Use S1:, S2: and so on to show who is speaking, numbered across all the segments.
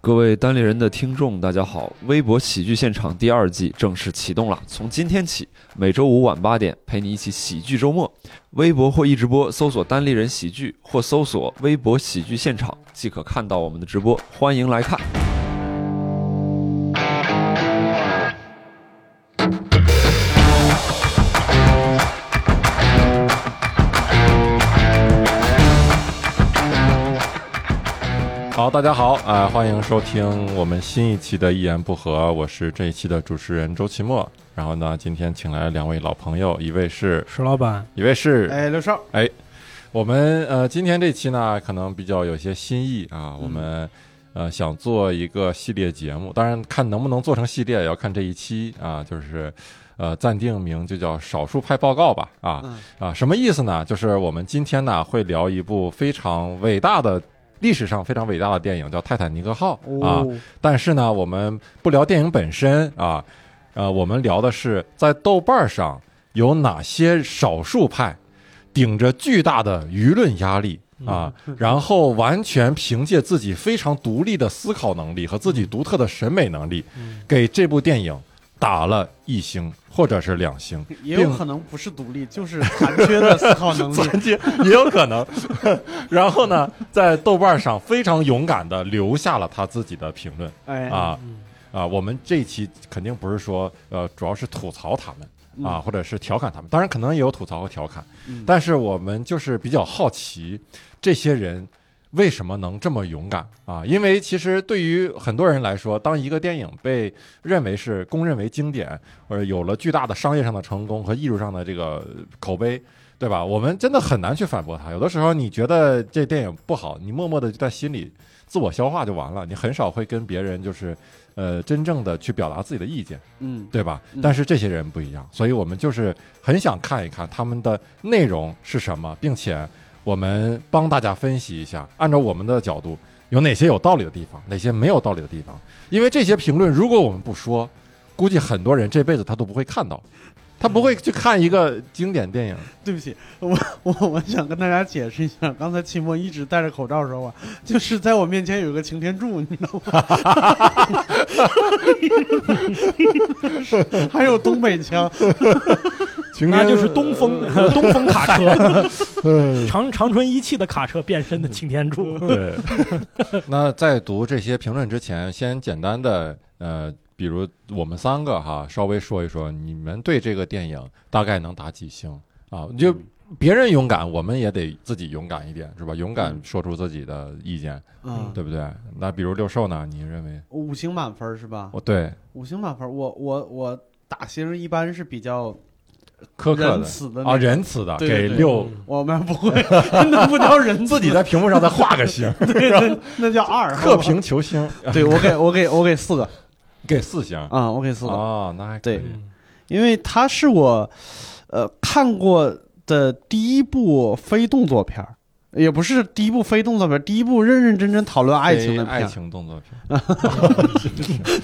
S1: 各位单立人的听众，大家好！微博喜剧现场第二季正式启动了，从今天起，每周五晚八点陪你一起喜剧周末。微博或一直播搜索“单立人喜剧”或搜索“微博喜剧现场”，即可看到我们的直播，欢迎来看。
S2: 好，大家好啊、欢迎收听我们新一期的《一言不合》，我是这一期的主持人周奇墨。然后呢，今天请来了两位老朋友，一位是，
S3: 石老板，
S2: 一位是，
S4: 哎，刘少，
S2: 我们呃，今天这期呢，可能比较有些新意啊，我们、呃想做一个系列节目，当然看能不能做成系列，也要看这一期啊，就是呃暂定名就叫《少数派报告》吧啊、
S4: 嗯
S2: 啊，什么意思呢？就是我们今天呢会聊一部非常伟大的。历史上非常伟大的电影叫《泰坦尼克号》啊，
S3: 哦
S2: 但是呢，我们不聊电影本身啊，呃，我们聊的是在豆瓣上有哪些少数派顶着巨大的舆论压力啊，然后完全凭借自己非常独立的思考能力和自己独特的审美能力，给这部电影打了一星或者是两星，
S4: 也有
S2: 并
S4: 可能不是独 立，就是残缺的思考能力。
S2: 残疾 也有可能。 然后呢，在豆瓣上非常勇敢的留下了他自己的评论。
S4: 哎，
S2: 啊啊，我们这一期肯定不是说呃，主要是吐槽他们啊，或者是调侃他们，当然可能也有吐槽和调侃，
S4: 嗯
S2: 但是我们就是比较好奇这些人。为什么能这么勇敢啊？因为其实对于很多人来说，当一个电影被认为是公认为经典，或者有了巨大的商业上的成功和艺术上的这个口碑，对吧？我们真的很难去反驳它。有的时候你觉得这电影不好，你默默的就在心里自我消化就完了，你很少会跟别人就是呃真正的去表达自己的意见，
S4: 嗯，
S2: 对吧
S4: 嗯？
S2: 但是这些人不一样，所以我们就是很想看一看他们的内容是什么，并且我们帮大家分析一下，按照我们的角度有哪些有道理的地方，哪些没有道理的地方。因为这些评论，如果我们不说，估计很多人这辈子他都不会看到，他不会去看一个经典电影。
S4: 对不起，我我我想跟大家解释一下，刚才期末一直戴着口罩说话，就是在我面前有一个擎天柱，你知道吗？ 还有东北腔，
S3: 那就是东风
S2: 呃
S3: 东风 卡车，长长春一汽的卡车变身的擎 天柱。
S2: 对，那在读这些评论之前，先简单的呃，比如我们三个哈，稍微说一说你们对这个电影大概能打几星啊？就别人勇敢，我们也得自己勇敢一点，是吧？勇敢说出自己的意见，
S4: 嗯，
S2: 对不对？那比如六兽呢？你认为？
S4: 五星满分是吧？
S2: 哦，对，
S4: 五星满分，我我我打星一般是比较
S2: 苛刻
S4: 仁
S2: 的
S4: 慈的
S2: 啊，
S4: 那种，
S2: 仁慈的，
S4: 对对嗯
S2: 给
S4: 对
S2: 六。
S4: 我们不会，那不 叫仁慈，
S2: 自己在屏幕上再画个 星，
S4: 那叫二，好
S2: 刻
S4: 吧。
S2: 评求星，
S4: 对我给我给我给四个
S2: 给四星啊、
S4: 啊、我给四个。
S2: 哦，那还可以
S4: 对因为它是我，呃，看过的第一部非动作片儿，也不是第一部非动作片儿，第一部认认真真讨论爱情的
S2: 非
S4: 片
S2: 爱
S4: 儿。
S2: 情动作片，哎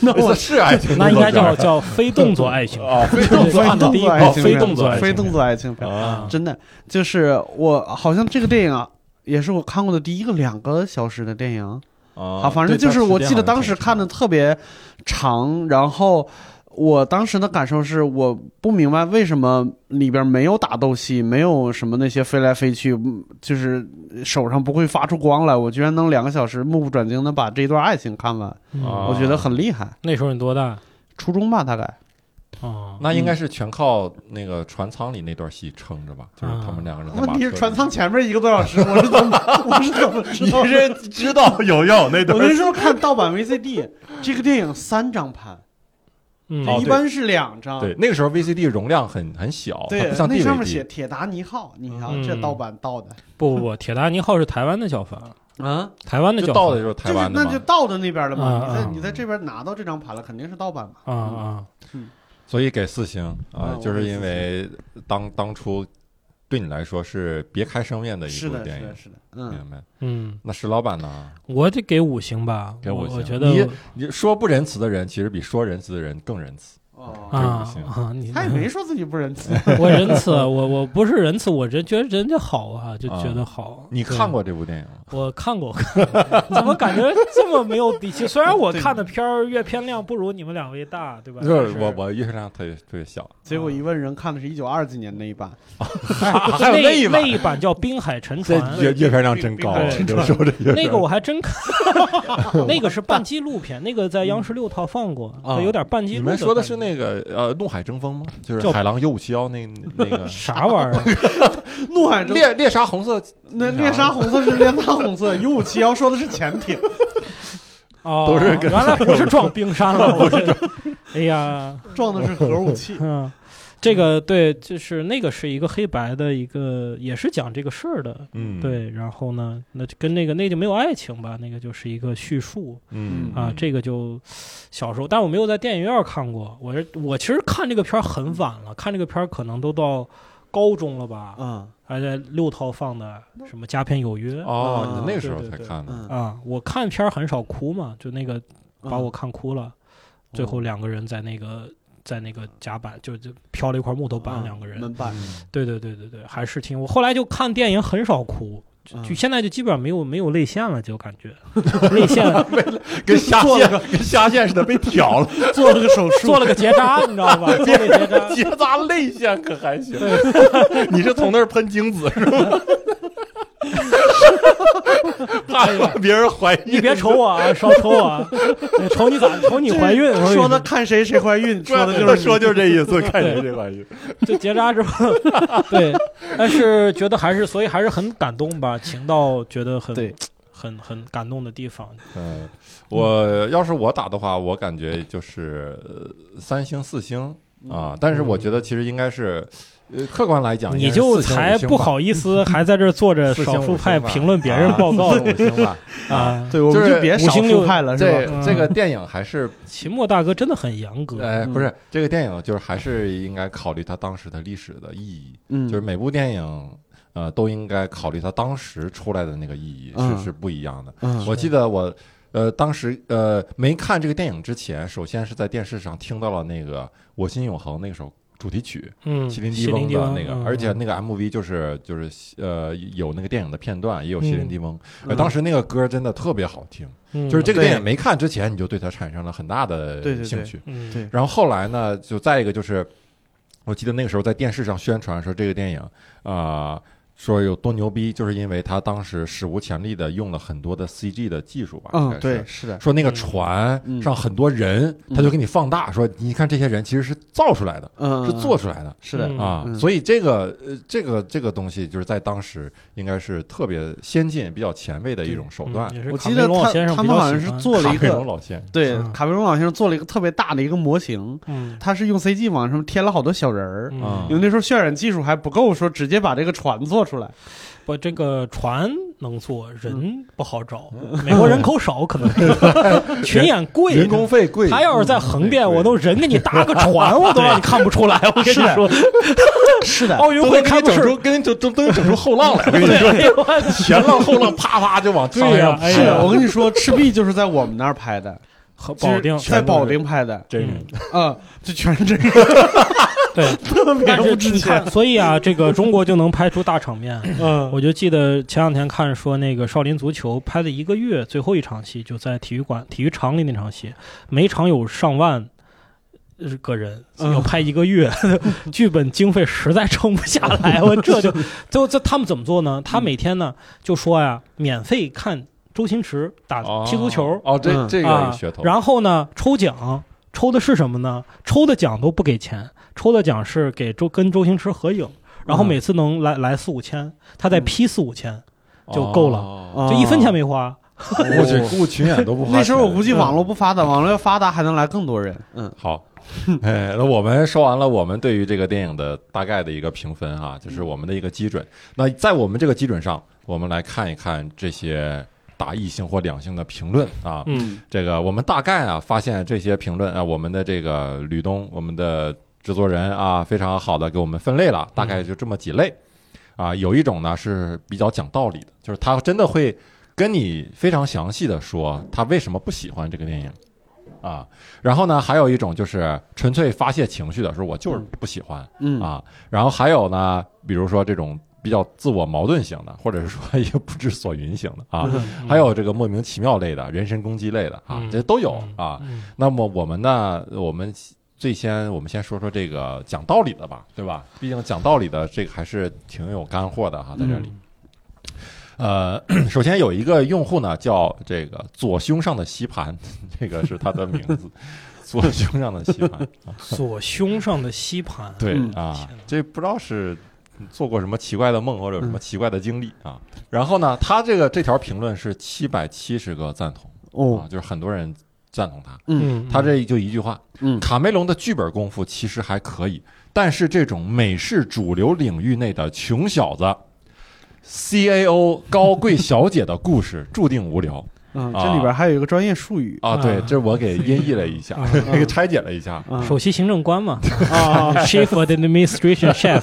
S4: 那我
S2: 是爱情动作
S3: 那
S2: 片，
S3: 应该叫叫非动作爱 情，
S2: 啊，非
S3: 动作
S4: 非动
S3: 第一
S4: 作
S3: 部
S4: 爱情片，
S3: 非动作爱情
S4: 非动作爱情片儿，
S2: 啊，
S4: 真的就是我好像这个电影啊。也是我看过的第一个两个小时的电影，
S2: 啊
S4: 啊，反正就是我记得当时看的，特别长，然后我当时的感受是，我不明白为什么里边没有打斗戏，没有什么那些飞来飞去，嗯就是手上不会发出光来，我居然能两个小时目不转睛的把这段爱情看完，
S2: 啊
S4: 我觉得很厉害。
S3: 嗯那时候你多大？
S4: 初中吧，大概
S3: 哦，
S2: 那应该是全靠那个船舱里那段戏撑着吧，就是他们两个人。
S4: 啊问题是船 舱，前面一个多小时，我是怎么 我是怎么知道？
S2: 人知道有要有那
S4: 我那时候看盗版 VCD，这个电影三张盘，
S3: 嗯，
S2: 哦
S4: 一般是两张，
S2: 对，那个时候 VCD 容量很很小，它
S4: 对
S2: 不，像
S4: 那上面
S2: DVD
S4: 写。铁达尼号，你瞧
S3: 嗯
S4: 这盗版盗的
S3: 不不不，铁达尼号是台湾的叫法，
S4: 啊，
S3: 台湾的
S2: 就
S3: 叫
S2: 到
S3: 法
S2: 的就是台
S4: 就是
S2: 湾的
S4: 那就
S2: 嘛，
S4: 盗的那边了嘛。你
S3: 嗯
S4: 在
S2: 嗯
S4: 你在这边拿到这张盘了，肯定是盗版
S3: 啊
S4: 嘛。
S3: 啊，
S2: 所以给四星啊
S4: 啊，
S2: 就是
S4: 我给
S2: 因为当当初对你来说是别开生面的一
S4: 是
S2: 部
S4: 的，
S2: 电
S4: 是
S2: 影
S4: 的，，是的，嗯，
S2: 明白？
S3: 嗯，
S2: 那石老板呢？
S3: 我得给五星吧，
S2: 给
S3: 我
S2: 五星
S3: 我觉
S2: 你
S3: 得
S2: 你说不仁慈的人，其实比说仁慈的人更仁慈
S4: 哦，
S3: 啊
S2: 对不
S3: 啊！你
S4: 他也没说自己 不仁慈，
S3: 我仁慈，啊我我不是仁慈，我真觉得人家好啊，就觉得好。
S2: 你看过这部电影吗？
S3: 对？我看过，我 看过怎么感觉这么没有底 气？虽然我看的片儿阅片量不如你们两位大，对吧？
S2: 就是
S3: 但
S2: 我我阅片量特别特别 小，
S4: 结
S3: 嗯
S4: 果一问人看的是一九二几年那一版，
S2: 还有
S3: 啊那
S2: 一
S3: 那
S2: 版，
S3: 一版叫《滨海沉
S2: 这
S3: 船》，
S2: 阅阅片量真高，
S3: 对
S2: 有时候这阅片
S3: 那个我还 真看，那个是半纪录片，那个在央视六套放过，
S4: 啊
S3: 它有点半纪
S2: 嗯你
S3: 录。
S2: 们说的是那个呃《怒海争锋》吗？就是
S3: 叫
S2: 海狼 U 五七幺那那个
S3: 啥玩 意儿？
S4: 怒海中
S2: 猎猎杀红色
S4: 那猎杀红色是猎杀红色，U 五七幺说的是潜艇，
S3: 哦，
S2: 都是跟
S3: 原来不是撞冰 山了，我这哎呀，
S4: 撞的是核 武器。
S3: 嗯，这个对，就是那个是一个黑白的一个，也是讲这个事儿的。
S2: 嗯，
S3: 对，然后呢，那就跟那个那就没有爱情吧，那个就是一个叙述
S2: 嗯
S3: 啊，这个就小时候，但我没有在电影院看过，我是我其实看这个片儿很晚了，看这个片儿可能都到高中了吧，
S2: 啊
S4: 嗯
S3: 还在六套放的什么《佳片有约》
S2: 哦，你
S4: 啊
S2: 那个时候
S3: 对
S2: 才
S3: 对对
S2: 看的，
S4: 嗯，
S3: 啊，我看片儿很少哭嘛，就那个
S2: 啊
S3: 把我看哭
S2: 哦
S3: 了。最后两个人在那个在那个甲板，就就飘了一块木头
S2: 啊
S3: 板，
S4: 嗯
S3: 两个人。
S4: 门板
S3: 对对对对对，还是挺。我后来就看电影很少哭，
S2: 嗯
S4: 嗯
S3: 就就现在就基本上没有没有泪腺了，就感觉泪 腺
S2: 跟下
S4: 做了
S2: 线跟下线似的被挑了，
S4: 做了个手 术，
S3: 做了个结扎，你知道吧？做了结扎。
S2: 结扎泪腺可还行？ 你是从那儿喷精子是吗？怕别人怀
S3: 你
S2: 疑，
S3: 别瞅我啊，少瞅我啊，瞅你咋？瞅你怀孕？我跟你啊
S4: 说的看谁谁 怀孕，说的就是
S2: 是说就是这意思，看谁这怀疑。
S3: 就结扎之后， 对，但是觉得还是，所以还是很感动吧，情到觉得很
S4: 对
S3: 很很感动的地方。
S2: 嗯，我要是我打的话，我感觉就是呃三星四星啊，但是我觉得其实应该是，呃，客观来讲，
S3: 你就才不
S2: 好
S3: 好意思还在这儿坐着少数派评论别人
S2: 啊
S3: 报告
S2: 五星 吧。
S3: 啊！
S4: 对，我们
S2: 就是
S4: 就别
S3: 五
S4: 少
S3: 星六
S4: 数派了，是
S2: 这
S4: 吧？
S3: 嗯
S2: 这个电影还是，
S3: 秦末大哥真的很严格，
S2: 呃，
S4: 嗯
S2: 不是这个电影，就是还是应该考虑它当时的历史的意义，
S4: 嗯
S2: 就是每部电影，呃，都应该考虑它当时出来的那个意义
S4: 嗯
S2: 是是不一样的。
S4: 嗯
S2: 我记得我呃当时呃没看这个电影之前，首先是在电视上听到了那个《我心永恒》那首主题曲，
S3: 嗯，
S2: 麒麟地翁的那个
S3: 嗯，
S2: 而且那个 MV 就是就是呃有那个电影的片段，也有麒麟地翁。
S4: 嗯
S2: 呃当时那个歌真的特别好听，
S3: 嗯
S2: 就是这个
S4: 对
S2: 电影没看之前你就对它产生了很大的
S4: 对对对
S2: 兴趣。
S3: 嗯
S4: 对
S2: 然后后来呢，就再一个就是，我记得那个时候在电视上宣传说这个电影啊、呃说有多牛逼，就是因为它当时史无前例的用了很多的 CG 的技术吧，应该是
S4: 嗯，对，。是的，
S2: 说那个船
S4: 嗯
S2: 上很多人，
S4: 嗯
S2: 他就给你放大，说你看这些人其实是造出来的，
S4: 嗯，
S2: 是做出来的，
S4: 是的，
S3: 嗯
S2: 啊，
S4: 嗯
S2: 所以这个呃，这个这个东西就是在当时应该是特别先进、比较前卫的一种手段
S3: 嗯。也是
S4: 我
S3: 卡
S4: 记
S3: 梅
S4: 得
S3: 隆
S4: 他
S3: 先生
S4: 他
S3: 比
S4: 们
S3: 较
S4: 好像
S3: 喜
S4: 是
S3: 欢
S4: 做了一
S2: 卡梅隆
S4: 个，
S2: 老先
S4: 对
S3: 嗯，
S4: 卡梅隆老先生做了一个特别大的一个模型，
S3: 嗯
S4: 他是用 CG 往上添了好多小人儿。
S2: 啊
S3: 嗯，
S4: 因为那时候渲染技术还不够，说直接把这个船做 出来。
S3: 不，这个船能坐，
S2: 嗯
S3: 人不好找。 美国人口少，可能 群演贵，
S2: 人工费贵，
S3: 他要是在横店，
S2: 嗯
S3: 我都人给你搭个船，我都让你看不 出来。我跟你
S4: 是的
S3: 说，
S4: 是的，
S3: 奥运
S2: 啊都
S3: 会
S2: 给你
S3: 开幕
S2: 整
S3: 式
S2: 出跟就都都整出后 浪来，我跟你
S3: 对，
S2: 说，
S3: 哎呦我去
S2: 前浪后浪啪啪就往
S3: 对
S2: 上
S3: 呀
S2: 面
S3: 哎
S2: 拍
S4: 是
S3: 呀
S4: 的，我跟你说，赤壁就是在我们那儿拍的，
S3: 和
S4: 就是
S3: 保定
S4: 在保定拍的，
S2: 真
S3: 嗯
S2: 人
S4: 嗯，这全是 这个，
S3: 对，
S4: 特别
S3: 但是
S4: 不值
S3: 你
S4: 钱
S3: 看，。所以啊，这个中国就能拍出大场面。
S4: 嗯
S3: 我就记得前两天看说，那个少林足球拍了一个月，最后一场戏就在体育馆、体育场里那场戏，每场有上万呃个人，
S4: 嗯
S3: 要拍一个月， 剧本经费实在撑不下来，我这 就就这他们怎么做呢？
S4: 嗯
S3: 他每天呢就说呀，免费看周星驰打踢足球，
S2: 哦，这
S4: 嗯
S2: 这个有
S3: 啊，
S2: 噱头。
S3: 然后呢，抽奖抽的是什么呢？抽的奖都不给钱，抽的奖是给周跟周星驰合影，然后
S4: 嗯
S3: 每次能来、来四五千，他再批四五千，就够了
S2: 哦
S3: 就一分钱没花。
S2: 我去，雇群演都不花钱。
S4: 那时候我估计
S3: 嗯
S4: 网络不发达，网络要发达还能来更多人。嗯，
S2: 好， 哎，那我们说完了我们对于这个电影的大概的一个评分哈、就是我们的一个基准。那在我们这个基准上，我们来看一看这些打一星或两星的评论啊。
S3: 嗯，
S2: 这个我们大概啊发现这些评论啊，我们的这个吕东，我们的制作人啊，非常好的给我们分类了，大概就这么几类。啊，有一种呢是比较讲道理的，就是他真的会跟你非常详细的说他为什么不喜欢这个电影。啊。然后呢，还有一种就是纯粹发泄情绪的，说我就是
S4: 嗯
S2: 不喜欢
S4: 嗯
S2: 啊。然后还有呢，比如说这种比较自我矛盾型的，或者是说 一个不知所云型的啊，
S3: 嗯
S2: 还有这个莫名其妙类的、人身攻击类的啊
S3: 嗯，
S2: 这都有啊。
S3: 嗯
S2: 那么我们呢，我们最先我们先说说这个讲道理的吧，对吧？毕竟讲道理的这个还是挺有干货的哈，在这里。呃， 首先有一个用户呢叫这个左胸上的吸盘， 这个是他的名字，左胸上的吸 盘，
S3: 左胸上的吸盘，
S2: 对、
S4: 嗯
S2: 啊
S3: 天哪，
S2: 这不知道是做过什么奇怪的梦或者有什么奇怪的经历啊。然后呢，他这个这条评论是七百七十个赞同啊
S4: 哦，，
S2: 就是很多人赞同他，
S3: 嗯，
S2: 他这就一句话，
S4: 嗯
S2: 卡梅隆的剧本功夫其实还可以，但是这种美式主流领域内的穷小子，CAO 高贵小姐的故事注定无聊
S4: 嗯，
S2: 啊
S4: 这里边还有一个专业术语
S2: 啊！
S3: 啊
S2: 对，这我给音译了一下，
S3: 啊
S2: 给拆解了一下。
S4: 啊，
S3: 首席行政官 嘛
S4: 啊，
S3: ，Chief of the Administration Chef 。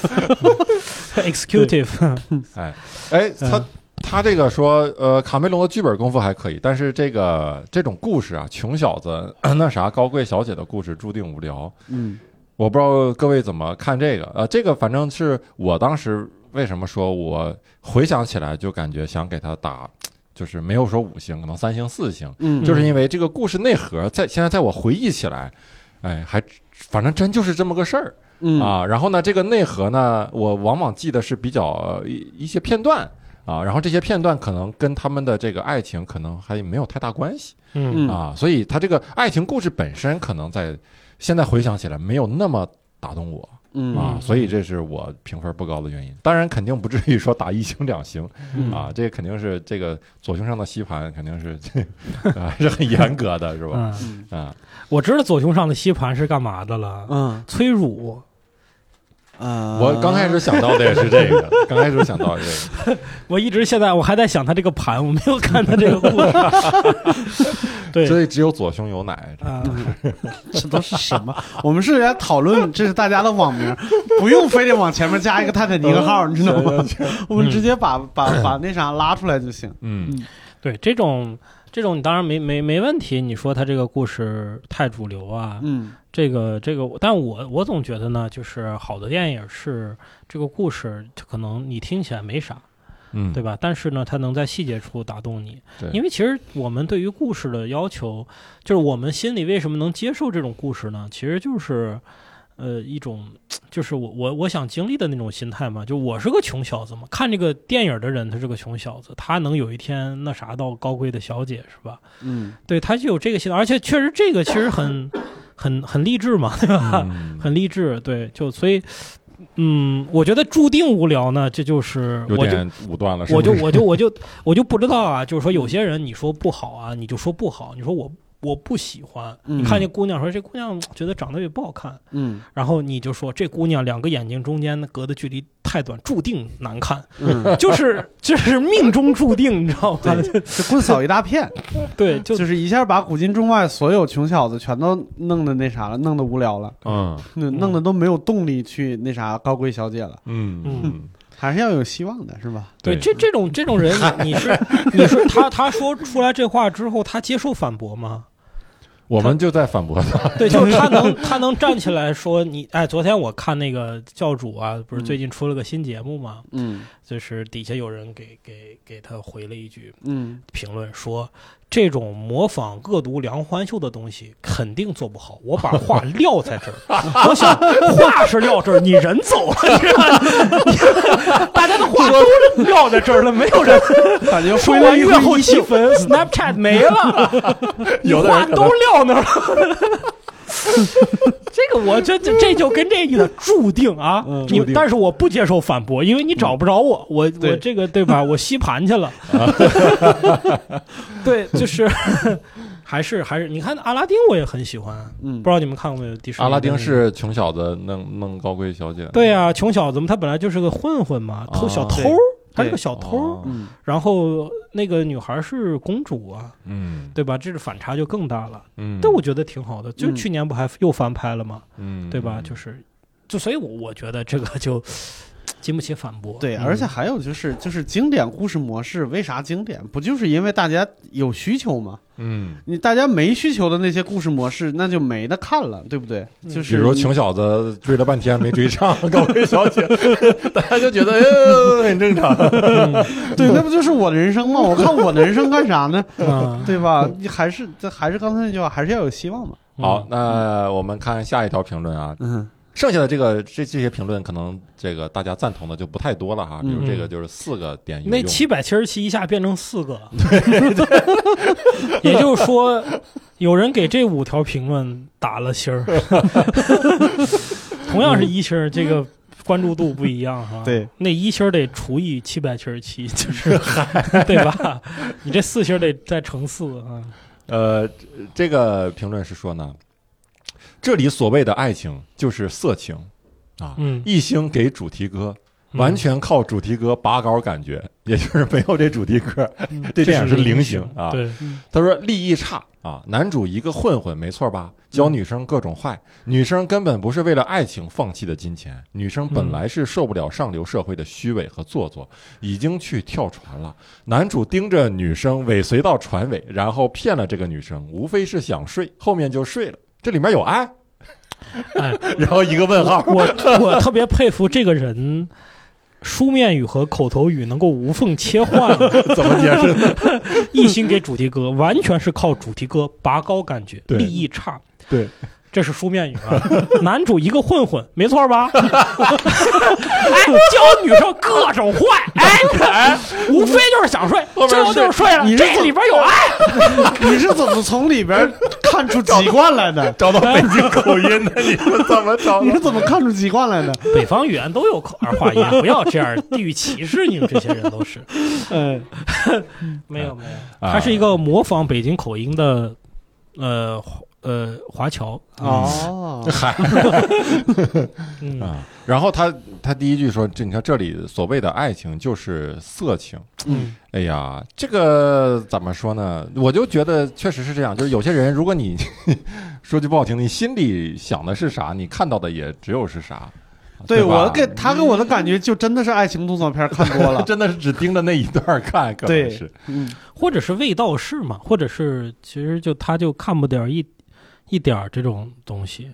S3: Executive，
S2: 哎哎，他
S3: 嗯
S2: 他这个说，呃，卡梅隆的剧本功夫还可以，但是这个这种故事啊，穷小子 那啥高贵小姐的故事注定无聊。
S4: 嗯
S2: 我不知道各位怎么看这个，呃，这个反正是我当时为什么说我回想起来就感觉想给他打，就是没有说五星，可能三星四星，
S4: 嗯，
S2: 就是因为这个故事内核在现在在我回忆起来，哎，还反正真就是这么个事儿
S4: 嗯，
S2: 啊。然后呢，这个内核呢，我往往记得是比较呃一一些片段啊，然后这些片段可能跟他们的这个爱情可能还没有太大关系。
S3: 嗯
S4: 嗯
S2: 啊，所以他这个爱情故事本身可能在现在回想起来没有那么打动我
S4: 嗯
S2: 啊，
S3: 嗯
S2: 所以这是我评分不高的原因。当然，肯定不至于说打一星两星
S3: 嗯
S2: 啊，这肯定是这个左胸上的吸盘肯定是这啊还是很严格的，是吧？
S3: 嗯，
S4: 嗯
S2: 啊，
S3: 我知道左胸上的吸盘是干嘛的了，
S4: 嗯
S3: 催乳。
S4: 啊，
S2: 我刚开始想到的也是这个，刚开始想到的这
S3: 我一直现在我还在想他这个盘，我没有看他这个故事。
S2: 个，
S3: 对
S2: 所以只有左胸有奶。
S3: 啊，
S4: 这都是什么？ 我们是来讨论，这是大家的网名，不用非得往前面加一个泰坦尼克号，你知道吗？我们直接把把把那啥拉出来就行。
S2: 嗯
S3: 对这种这种你当然没没没问题。你说他这个故事太主流啊，
S4: 嗯
S3: 这个这个，但我我总觉得呢，就是好的电影是这个故事，可能你听起来没啥，
S2: 嗯，
S3: 对吧？但是呢，它能在细节处打动你
S2: 对。
S3: 因为其实我们对于故事的要求，就是我们心里为什么能接受这种故事呢？其实就是，呃，一种就是我我我想经历的那种心态嘛。就我是个穷小子嘛，看这个电影的人他是个穷小子，他能有一天那啥到高贵的小姐是吧？
S4: 嗯
S3: 对，他就有这个心态，而且确实这个其实很很很励志嘛，对吧？
S2: 嗯
S3: 很励志，对，就所以。嗯，我觉得注定无聊呢，这就是
S2: 有
S3: 我就
S2: 点武断了，是
S3: 我
S2: 不
S3: 啊就是我就我就我就不知道啊，就是说有些人你说不好啊，你就说不好，你说我我不喜欢。
S4: 嗯
S3: 你看见姑娘说这姑娘觉得长得也不好看，
S4: 嗯
S3: 然后你就说这姑娘两个眼睛中间隔的距离太短，注定难看，
S4: 嗯，
S3: 就是 就是命中注定，你知道吗？
S4: 对，这棍扫一大片，
S3: 对，就
S4: 就是一下把古今中外所有穷小子全都弄的那啥了，弄得无聊了，
S2: 嗯
S4: 弄弄得都没有动力去那啥高贵小姐了，
S2: 嗯嗯
S3: 嗯，
S4: 还是要有希望的，是吧？
S3: 对这这种这种人，你你是你是他他说出来这话之后，他接受反驳吗？
S2: 我们就在反驳他，
S3: 对，就是他能他能站起来说你哎，昨天我看那个教主啊，不是
S4: 嗯
S3: 最近出了个新节目吗？
S4: 嗯
S3: 就是底下有人给给给他回了一句
S4: 嗯
S3: 评论说，这种模仿恶毒梁欢秀的东西肯定做不好。我把话撂在这儿，我想话是撂这儿，你人走了，你知道吗 大家的话都是撂在这儿了，没有人
S4: 感觉
S3: 说
S4: 回
S3: 完
S4: 来
S3: 月后积分，Snapchat 没了，
S2: 有的
S3: 话
S2: 人可
S3: 都
S2: 能
S3: 撂那儿了。这个我这这这就跟这意思注定啊，
S4: 嗯
S3: 你
S4: 注定
S3: 但是我不接受反驳，因为你找不着我，我我
S4: 对
S3: 这个对吧？我吸盘去了， 对，就是还是还是你看阿拉丁我也很喜欢，
S4: 嗯
S3: 不知道你们看过没有？迪士尼
S2: 阿拉丁
S3: 的那个
S2: 是穷小子弄弄高贵小姐，
S3: 对啊，穷小子嘛，他本来就是个混混嘛，偷
S2: 哦
S3: 小偷
S4: 对，
S3: 他是
S4: 对
S3: 个小偷，
S2: 哦
S4: 嗯
S3: 然后那个女孩是公主啊，
S2: 嗯
S3: 对吧？这个反差就更大了。
S2: 嗯，
S3: 但我觉得挺好的，就
S4: 嗯
S3: 去年不还又翻拍了吗？
S2: 嗯，
S3: 对吧？就是，就所以我，我觉得这个就经不起反驳。
S4: 对，
S3: 嗯
S4: 而且还有就是，就是经典故事模式为啥经典？不就是因为大家有需求吗？
S2: 嗯，
S4: 你大家没需求的那些故事模式，那就没得看了，对不对？
S3: 嗯
S4: 就是
S2: 比如
S4: 你
S2: 穷小子追了半天没追 上高贵小姐，大家就觉
S4: 哎
S2: 得呃很正常。
S4: 对，那不就是我的人生吗？我看我的人生干啥呢？
S3: 啊，
S4: 对吧？你还是这还是刚才那句话，还是要有希望嘛。
S3: 嗯
S2: 好，，那我们看下一条评论啊，
S4: 嗯，
S2: 剩下的这个这这些评论可能这个大家赞同的就不太多了哈，比如
S3: 嗯
S2: 这个就是四个点有
S3: 那
S2: 用
S3: 七百七十七一下变成四个，也就是说，有人给这五条评论打了 星儿，同样
S2: 嗯
S3: 是一星儿，这个关注度不一样哈。
S4: 对，
S3: 那一星儿得除以七百七十七，就是对吧？你这四星儿得再乘四啊。
S2: 呃，这个评论是说呢，这里所谓的爱情就是色情啊，
S3: 嗯
S2: 一星给主题歌，完全靠主题歌拔高感 觉，也就是没有这主题歌，
S3: 嗯
S2: 这电影是
S3: 这
S2: 零
S3: 零
S2: 星啊
S3: 对，
S2: 他说利益差啊，男主一个混混，没错吧？
S3: 嗯
S2: 教女生各种坏，女生根本不是为了爱情放弃的金钱，女生
S3: 嗯
S2: 本来是受不了上流社会的虚伪和做作，已经去跳船了。男主盯着女生尾随到船尾，然后骗了这个女生，无非是想睡，后面就睡了。这里面有爱，
S3: 哎，
S2: 然后一个问 号。
S3: 我我特别佩服这个人，书面语和口头语能够无缝切换，
S2: 怎么解释呢？
S3: 一心给主题歌，完全是靠主题歌拔高感觉，
S2: 对
S3: 利益差。
S2: 对，
S3: 这是书面语啊。男主一个混混，没错吧？ 哎，教女生各种坏， 哎，无非就是想睡，
S2: 后面
S3: 最后就是睡了。
S4: 你是
S3: 这里边 有爱，
S4: 你是怎么从里边看出籍贯来的？
S2: 找到北京口音的，你说怎么找
S4: 你
S2: 到
S4: 是？怎么看出籍贯来的？
S3: 北方语言都有口儿化音，不要这样地域歧视，你们这些人都是。
S4: 嗯，
S3: 没有没有，
S2: 啊
S3: 他是一个模仿北京口音的，呃华呃华侨，
S4: 哦，
S2: 嗨。
S3: 嗯
S2: 啊，然后他他第一句说：“这你看这里所谓的爱情就是色情。
S3: 嗯”
S2: 哎呀，这个怎么说呢？我就觉得确实是这样，就是有些人，如果你 说句不好听，你心里想的是啥，你看到的也只有是啥。
S4: 对
S2: 吧
S4: 我给他给我的感觉就真的是爱情动作片看多
S2: 他
S4: 了。
S2: 真的是只盯着那一段看，可能
S4: 啊对
S2: 是
S4: 嗯，
S3: 或者是味道是嘛，或者是其实就他就看不点儿一一点儿这种东西，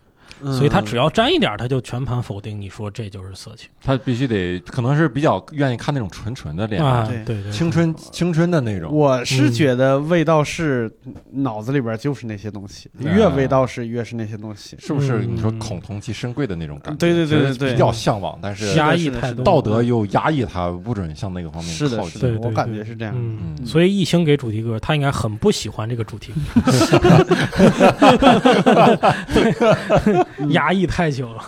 S4: 嗯
S3: 所以他只要沾一点儿，他就全盘否定你说这就是色情
S2: 他必须得，可能是比较愿意看那种纯纯的恋爱，
S3: 啊，
S4: 对
S3: 对对，
S2: 青春青春的那种。
S4: 我是
S3: 嗯
S4: 觉得味道是脑子里边就是那些东西，
S3: 啊
S2: 嗯
S4: 越味道是越是那些东西。
S2: 是不是
S3: 嗯
S2: 你说恐同其深贵的那种感觉？
S4: 对对对
S2: 就是
S4: 对对
S2: 比较向往，但
S4: 是
S2: 是
S4: 的
S3: 压抑
S4: 是的
S3: 太
S4: 是的
S3: 多，
S2: 道德又压抑他，不准向那个方面
S4: 是的，
S2: 靠
S4: 是
S2: 近。
S3: 对
S4: 的，
S3: 对
S4: 我感觉是这样。
S3: 嗯。
S2: 嗯，
S3: 所以一星给主题歌，他应该很不喜欢这 个主题 歌，压抑太久了。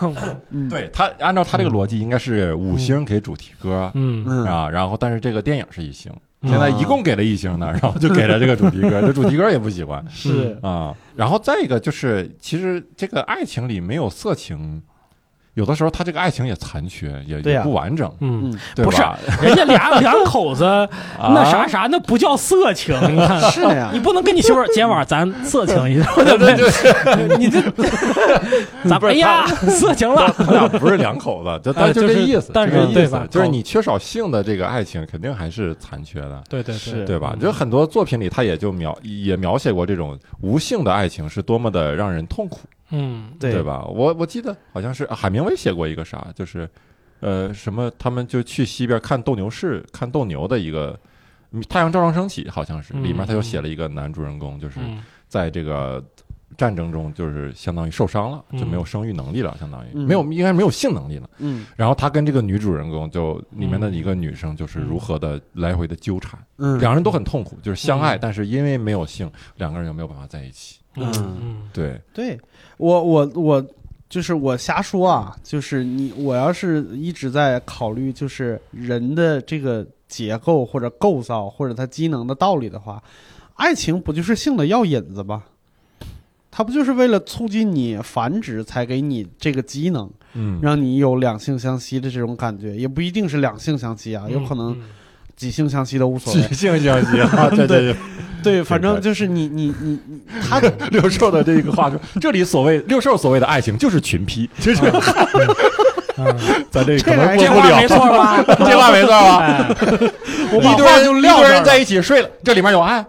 S4: 嗯，
S2: 对他按照他这个逻辑，应该是五星给主题歌、
S3: 嗯，
S4: 嗯，
S2: 啊，然后但是这个电影是一星，
S3: 嗯
S2: 现在一共给了一星 呢，然后就给了这个主题歌，这主题歌也不喜欢
S4: 是
S2: 啊。然后再一个就是，其实这个爱情里没有色情，有的时候他这个爱情也残缺，也
S4: 对
S2: 也
S4: 呀
S2: 不完整，
S3: 嗯，
S4: 嗯，
S2: 对
S3: 不是
S2: 吧？
S3: 人家俩两口子那啥啥，那不叫色情，你看。
S4: 是的呀
S3: 你。不能跟你媳妇儿今晚咱色情一下， 对不对？你这， 咱
S2: 不
S3: 们
S2: 是
S3: 哎呀，色情了，
S2: 他俩不是两口子， 这但
S3: 哎
S2: 就
S3: 就
S2: 这
S3: 是
S2: 意思，
S3: 但
S2: 就这
S3: 是
S2: 意
S3: 对
S2: 思
S3: 吧
S2: 就是
S3: 搞
S2: 你缺少性的这个爱情，肯定还是残缺的。
S3: 对对
S4: 是
S2: 对吧？
S3: 嗯
S2: 就很多作品里，他也就描也描写过这种无性的爱情是多么的让人痛苦，
S3: 嗯，
S4: 对
S2: 对？吧？我我记得好像是啊海明威写过一个啥，就是呃什么，他们就去西边看斗牛士，看斗牛的一个嗯《太阳照常升起》，好像是
S3: 嗯
S2: 里面他就写了一个男主人公，就是
S3: 嗯
S2: 在这个战争中就是相当于受伤了，
S3: 嗯
S2: 就没有生育能力了，相当于
S4: 嗯
S2: 没有应该没有性能力了。
S4: 嗯
S2: 然后他跟这个女主人公就里面的
S3: 嗯
S2: 一个女生就是如何的来回的纠缠。
S4: 嗯，
S2: 两人都很痛苦，就是相爱，
S3: 嗯
S2: 但是因为没有性，两个人就没有办法在一起。
S3: 嗯
S4: 嗯
S3: 嗯
S2: 对，
S4: 对我我我就是我瞎说啊，就是你我要是一直在考虑就是人的这个结构或者构造或者它机能的道理的话，爱情不就是性的药引子吗？它不就是为了促进你繁殖才给你这个机能，
S2: 嗯
S4: 让你有两性相吸的这种感觉？也不一定是两性相吸啊，有可能
S3: 嗯
S4: 几性相吸都无所
S2: 即
S4: 谓。
S2: 兴相惜啊， 对对
S4: 对，反正就是你你你你，他
S2: 对，六啊兽的这个话说，这里所谓六兽所谓的爱情就是群批，就是
S3: 嗯
S2: 咱这可
S4: 这
S2: 能
S4: 还
S2: 过
S3: 这
S2: 不
S3: 话没
S2: 了。
S3: 错吧？
S2: 这话没错吧？
S3: 哎，我
S2: 一
S3: 把
S2: 堆
S3: 话
S2: 人
S3: 就
S2: 一
S3: 撂这
S2: 堆
S3: 儿
S2: 人
S3: 了
S2: 在一起睡了，这里面有爱，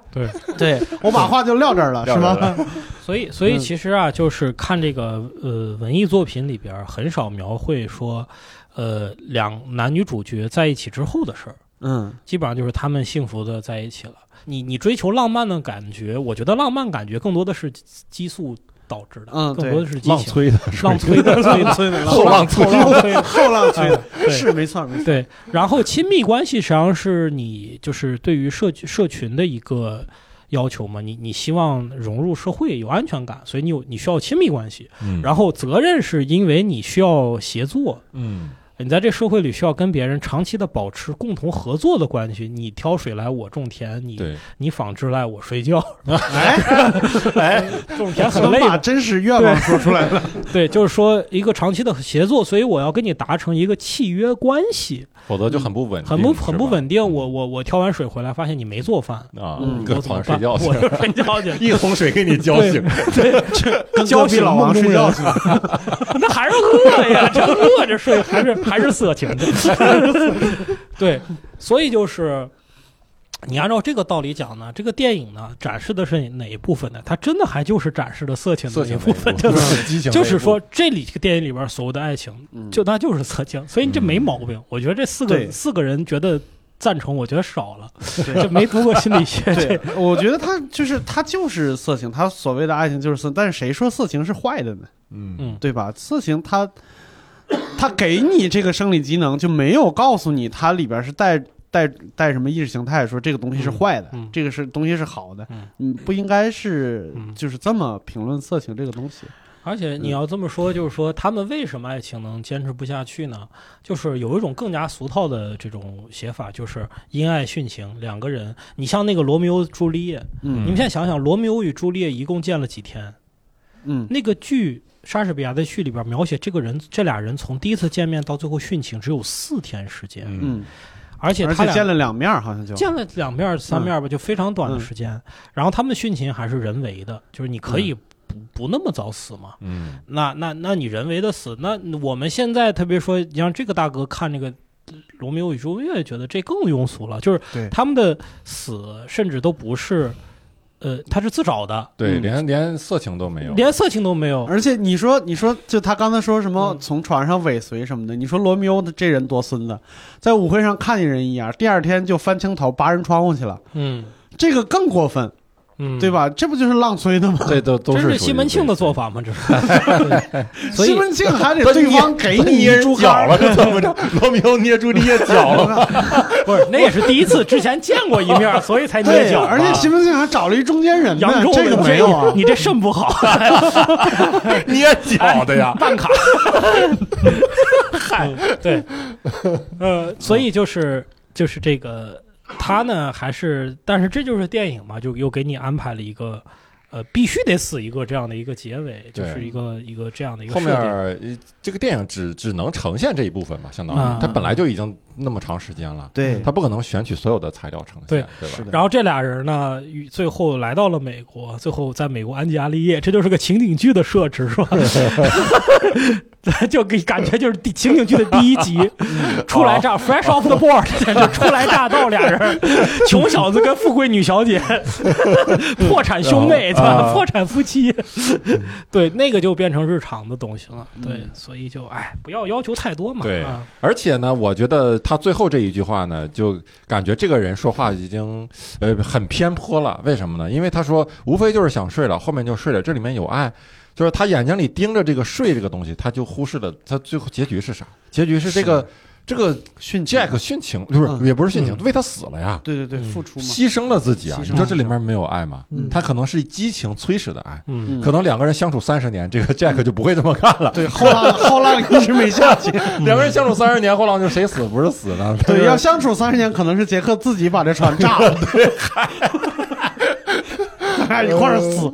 S3: 对，
S4: 我把话就撂这儿了，是
S2: 撂
S4: 吗
S2: 这儿？
S3: 所以，所以
S4: 嗯
S3: 其实啊，就是看这个呃文艺作品里边儿很少描绘说，呃两男女主角在一起之后的事儿，
S4: 嗯
S3: 基本上就是他们幸福的在一起了。你你追求浪漫的感觉，我觉得浪漫感觉更多的是激激素导致的，
S4: 嗯，
S3: 更
S4: 对
S3: 多，的是激
S2: 浪
S3: 情。
S2: 催的，
S3: 浪催的，催的，
S4: 催的
S2: 后浪催
S3: 后浪催的，
S4: 后浪催的，
S3: 对
S4: 是没错没错。
S3: 对，然后亲密关系实际上是你就是对于社区社群的一个要求嘛，你你希望融入社会有安全感，所以你有你需要亲密关系，
S2: 嗯
S3: 然后责任是因为你需要协作，
S2: 嗯，
S3: 你在这社会里需要跟别人长期的保持共同合作的关系，你挑水来我种田，你
S2: 对，
S3: 你纺织来我睡觉，
S4: 哎，
S3: 哎，种田很
S4: 怎么
S3: 累
S4: 把
S3: 的，
S4: 真实愿望说出来了？
S3: 对，就是说一个长期的协作，所以我要跟你达成一个契约关系，
S2: 否则就很不稳定，
S3: 很不很不
S2: 是吧嗯
S3: 稳定。我我我挑完水回来，发现你没做饭，
S2: 啊，
S4: 嗯
S2: 你
S3: 我
S2: 跟
S3: 怎么
S2: 床上睡
S3: 办？
S2: 觉去
S3: 我
S2: 了，。
S3: 就睡觉去
S2: 一桶水给你浇醒，
S4: 跟
S3: 交
S4: 隔壁
S3: 情
S4: 老
S3: 梦
S4: 王
S3: 中
S4: 睡觉
S3: 人
S4: 去了。
S3: 那还是饿呀，这饿着睡还是还是色情的。 对，所以就是你按照这个道理讲呢，这个电影呢展示的是哪一部分呢？它真的还就是展示的色情
S2: 色
S3: 的那
S2: 情
S3: 一部分，
S2: 那一步激情，
S3: 就是说，这里这个电影里边所有的爱情，就那就是色情，所以你这没毛病。我觉得这四
S4: 嗯对
S3: 个四个人觉得赞成，我觉得少了，
S4: 对
S3: 这没读过心理学。
S4: 对
S3: 这，
S4: 我觉得他就是他就是色情，他所谓的爱情就是色，但是谁说色情是坏的呢？
S2: 嗯，
S3: 嗯，
S4: 对吧？色情它 它给你这个生理机能，就没有告诉你它里边是带带带什么意识形态，说这个东西是坏的，
S3: 嗯嗯
S4: 这个是东西是好的，
S3: 嗯
S4: 嗯，不应该是、
S3: 嗯
S4: 就是这么评论色情这个东西。
S3: 而且你要这么说，就是说他们为什么爱情能坚持不下去呢？就是有一种更加俗套的这种写法，就是因爱殉情，两个人。你像那个罗密欧朱丽叶，你
S4: 嗯
S3: 们现在想想，罗密欧与朱丽叶一共见了几天？
S4: 嗯
S3: 那个剧莎士比亚的剧里边描写这个人，这俩人从第一次见面到最后殉情只有四天时间，
S2: 嗯
S4: 嗯，
S3: 而且
S4: 而
S3: 他
S4: 且
S3: 俩
S4: 见了两嗯面儿，好像就
S3: 见了两面儿三面儿吧，就非常短的时间。然后他们殉情还是人为的，就是你
S4: 嗯
S3: 可以不、不那么早死嘛。
S2: 嗯，
S3: 那那那你人为的死，那我们现在特别说，你像这个大哥看这个《呃罗密欧与朱丽叶》，觉得这更庸俗了，就是
S4: 对
S3: 他们的死甚至都不是，呃，他是自找的，
S2: 对，
S4: 嗯
S2: 连连色情都没有，
S3: 连色情都没有。
S4: 而且你说，你说，就他刚才说什么
S3: 嗯
S4: 从船上尾随什么的，你说罗密欧的这人多孙子，在舞会上看见人一眼，第二天就翻墙头扒人窗户去了，
S3: 嗯
S4: 这个更过分，
S3: 嗯，
S4: 对？吧？这不就是浪吹的吗？
S2: 这都都
S3: 这
S2: 是
S3: 是西门庆的做
S2: 法，
S3: 法吗？这是， 对 所以
S4: 西门庆还得对方给你一猪
S2: 哎脚
S4: 肝
S2: 了，这怎么着？ 罗密欧捏住你也脚了，
S3: 不是那也是第一次，之前见过一面，所以才捏
S4: 对，
S3: 脚嘛。
S4: 而且西门庆还找了一中间人呢
S3: 扬州，
S4: 这个没有啊。
S3: 你这肾不好，
S2: 捏脚的呀，
S3: 办卡。嗨，嗯对，呃，所以就是就是这个他呢，还是但是这就是电影嘛，就又给你安排了一个。呃，必须得死一个这样的一个结尾，就
S2: 对
S3: 是一个一个这样 的一个
S2: 后面
S3: 设定
S2: 呃这个电影只只能呈现这一部分嘛，相当
S3: 啊
S2: 于它本来就已经那么长时间了，
S4: 对
S2: 它不可能选取所有的材料呈现，对
S3: 对
S2: 吧？
S3: 然后这俩人呢，与最后来到了美国，最后在美国安家立业，这就是个情景剧的设置，是吧？ 就给感觉就是第情景剧的第一集，
S2: 嗯
S3: 初来
S2: 哦
S3: 乍 fresh off the board，就初来乍到俩人， 穷小子跟富贵女小姐，破产兄妹，对吧
S2: 啊
S3: 破产夫妻，
S2: 嗯
S3: 对，那个就变成日常的东西了。对，所以就哎，不要要求太多嘛。
S2: 对
S3: 啊
S2: 而且呢，我觉得他最后这一句话呢，就感觉这个人说话已经呃很偏颇了。为什么呢？因为他说无非就是想睡了，后面就睡了，这里面有爱，就是他眼睛里盯着这个睡这个东西，他就忽视了他最后结局是啥？结局是这个这个
S4: 训
S2: Jack 殉情，不是、
S4: 嗯
S2: 也不是殉情，
S3: 嗯
S2: 为他死了呀，
S4: 对对对，
S3: 嗯
S4: 付出嘛。
S2: 牺牲了自己啊。
S4: 牺
S2: 你
S4: 牲了
S2: 说这里面没有爱吗？
S4: 嗯
S2: 他可能是激情催使的爱，
S3: 嗯，
S4: 嗯
S2: 可能两个人相处三十年，这个 Jack 就不会这么干了。
S4: 对嗯后 浪后浪一直没下去。
S2: 两个人相处三十年，后浪就谁死不是死呢？
S4: 对，要相处三十年，可能是杰克自己把这船炸 了。哎，一块儿死。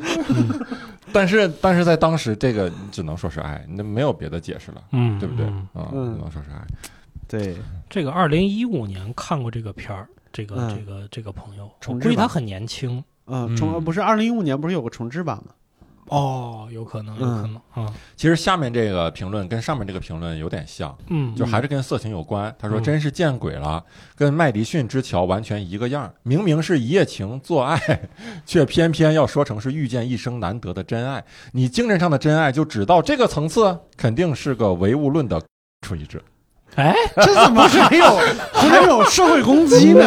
S2: 但是但是在当时，这个你只能说是爱，那没有别的解释了，
S3: 嗯，
S2: 对不对？
S3: 嗯
S2: 啊、
S4: 嗯
S2: 只能说是爱。
S4: 对，
S3: 这个二零一五年看过这个片儿，这个、
S4: 嗯
S3: 这个这个朋友，我
S4: 重置
S3: 估计他
S4: 版
S3: 很年轻，
S4: 嗯，重
S2: 嗯
S4: 不是二零一五年不是有个重置版吗？
S3: 哦，有可能，有
S4: 嗯
S3: 可能啊，
S2: 其实下面这个评论跟上面这个评论有点像，
S3: 嗯，
S2: 就还是跟色情有关。他说：“
S3: 嗯
S2: 真是见鬼了，跟麦迪逊之桥完全一个样儿，明明是一夜情做爱， 却偏偏要说成是遇见一生难得的真爱。你精神上的真爱就只到这个层次，肯定是个唯物论的处一致。
S3: 哎，
S4: 这怎么还有还有社会攻击呢？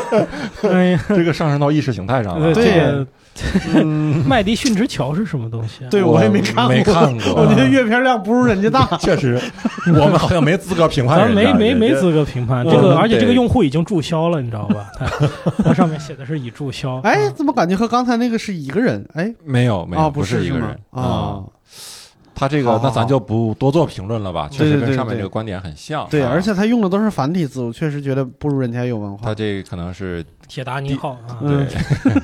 S3: 哎呀，
S2: 这个上升到意识形态上了。啊
S3: 这
S4: 对
S3: 个
S2: 嗯，
S3: 麦迪逊之桥是什么东西啊？
S4: 对我也没看
S2: 看
S4: 过
S2: 没过，。
S4: 我觉得阅片量不如人家大
S2: 确实，我们好像没资格评判
S3: 咱
S2: 人
S3: 没
S2: 家。
S3: 没没
S2: 人家
S3: 资格评判
S4: 嗯
S2: 我
S3: 这个，
S2: 们
S3: 而且这个
S2: 得
S3: 用户已经注销了，你知道 吧？它它上面写的是已注销。
S4: 哎，
S3: 嗯，
S4: 怎么感觉和刚才那个是一个人？哎，
S2: 没有没有，
S4: 啊，
S2: 不
S4: 是
S2: 一个
S4: 是吗
S2: 人
S4: 啊。。
S2: 他这
S4: 好
S2: 个，
S4: 好
S2: 那咱就不多做评论了吧，确实
S4: 对对
S2: 跟
S4: 对
S2: 上面
S4: 对
S2: 这个观点很像。
S4: 对，
S2: 啊
S4: 而且他用的都是繁体字，我确实觉得不如人家有文化
S2: 他。这可能是
S3: 铁达尼号啊，
S2: 对
S4: 嗯，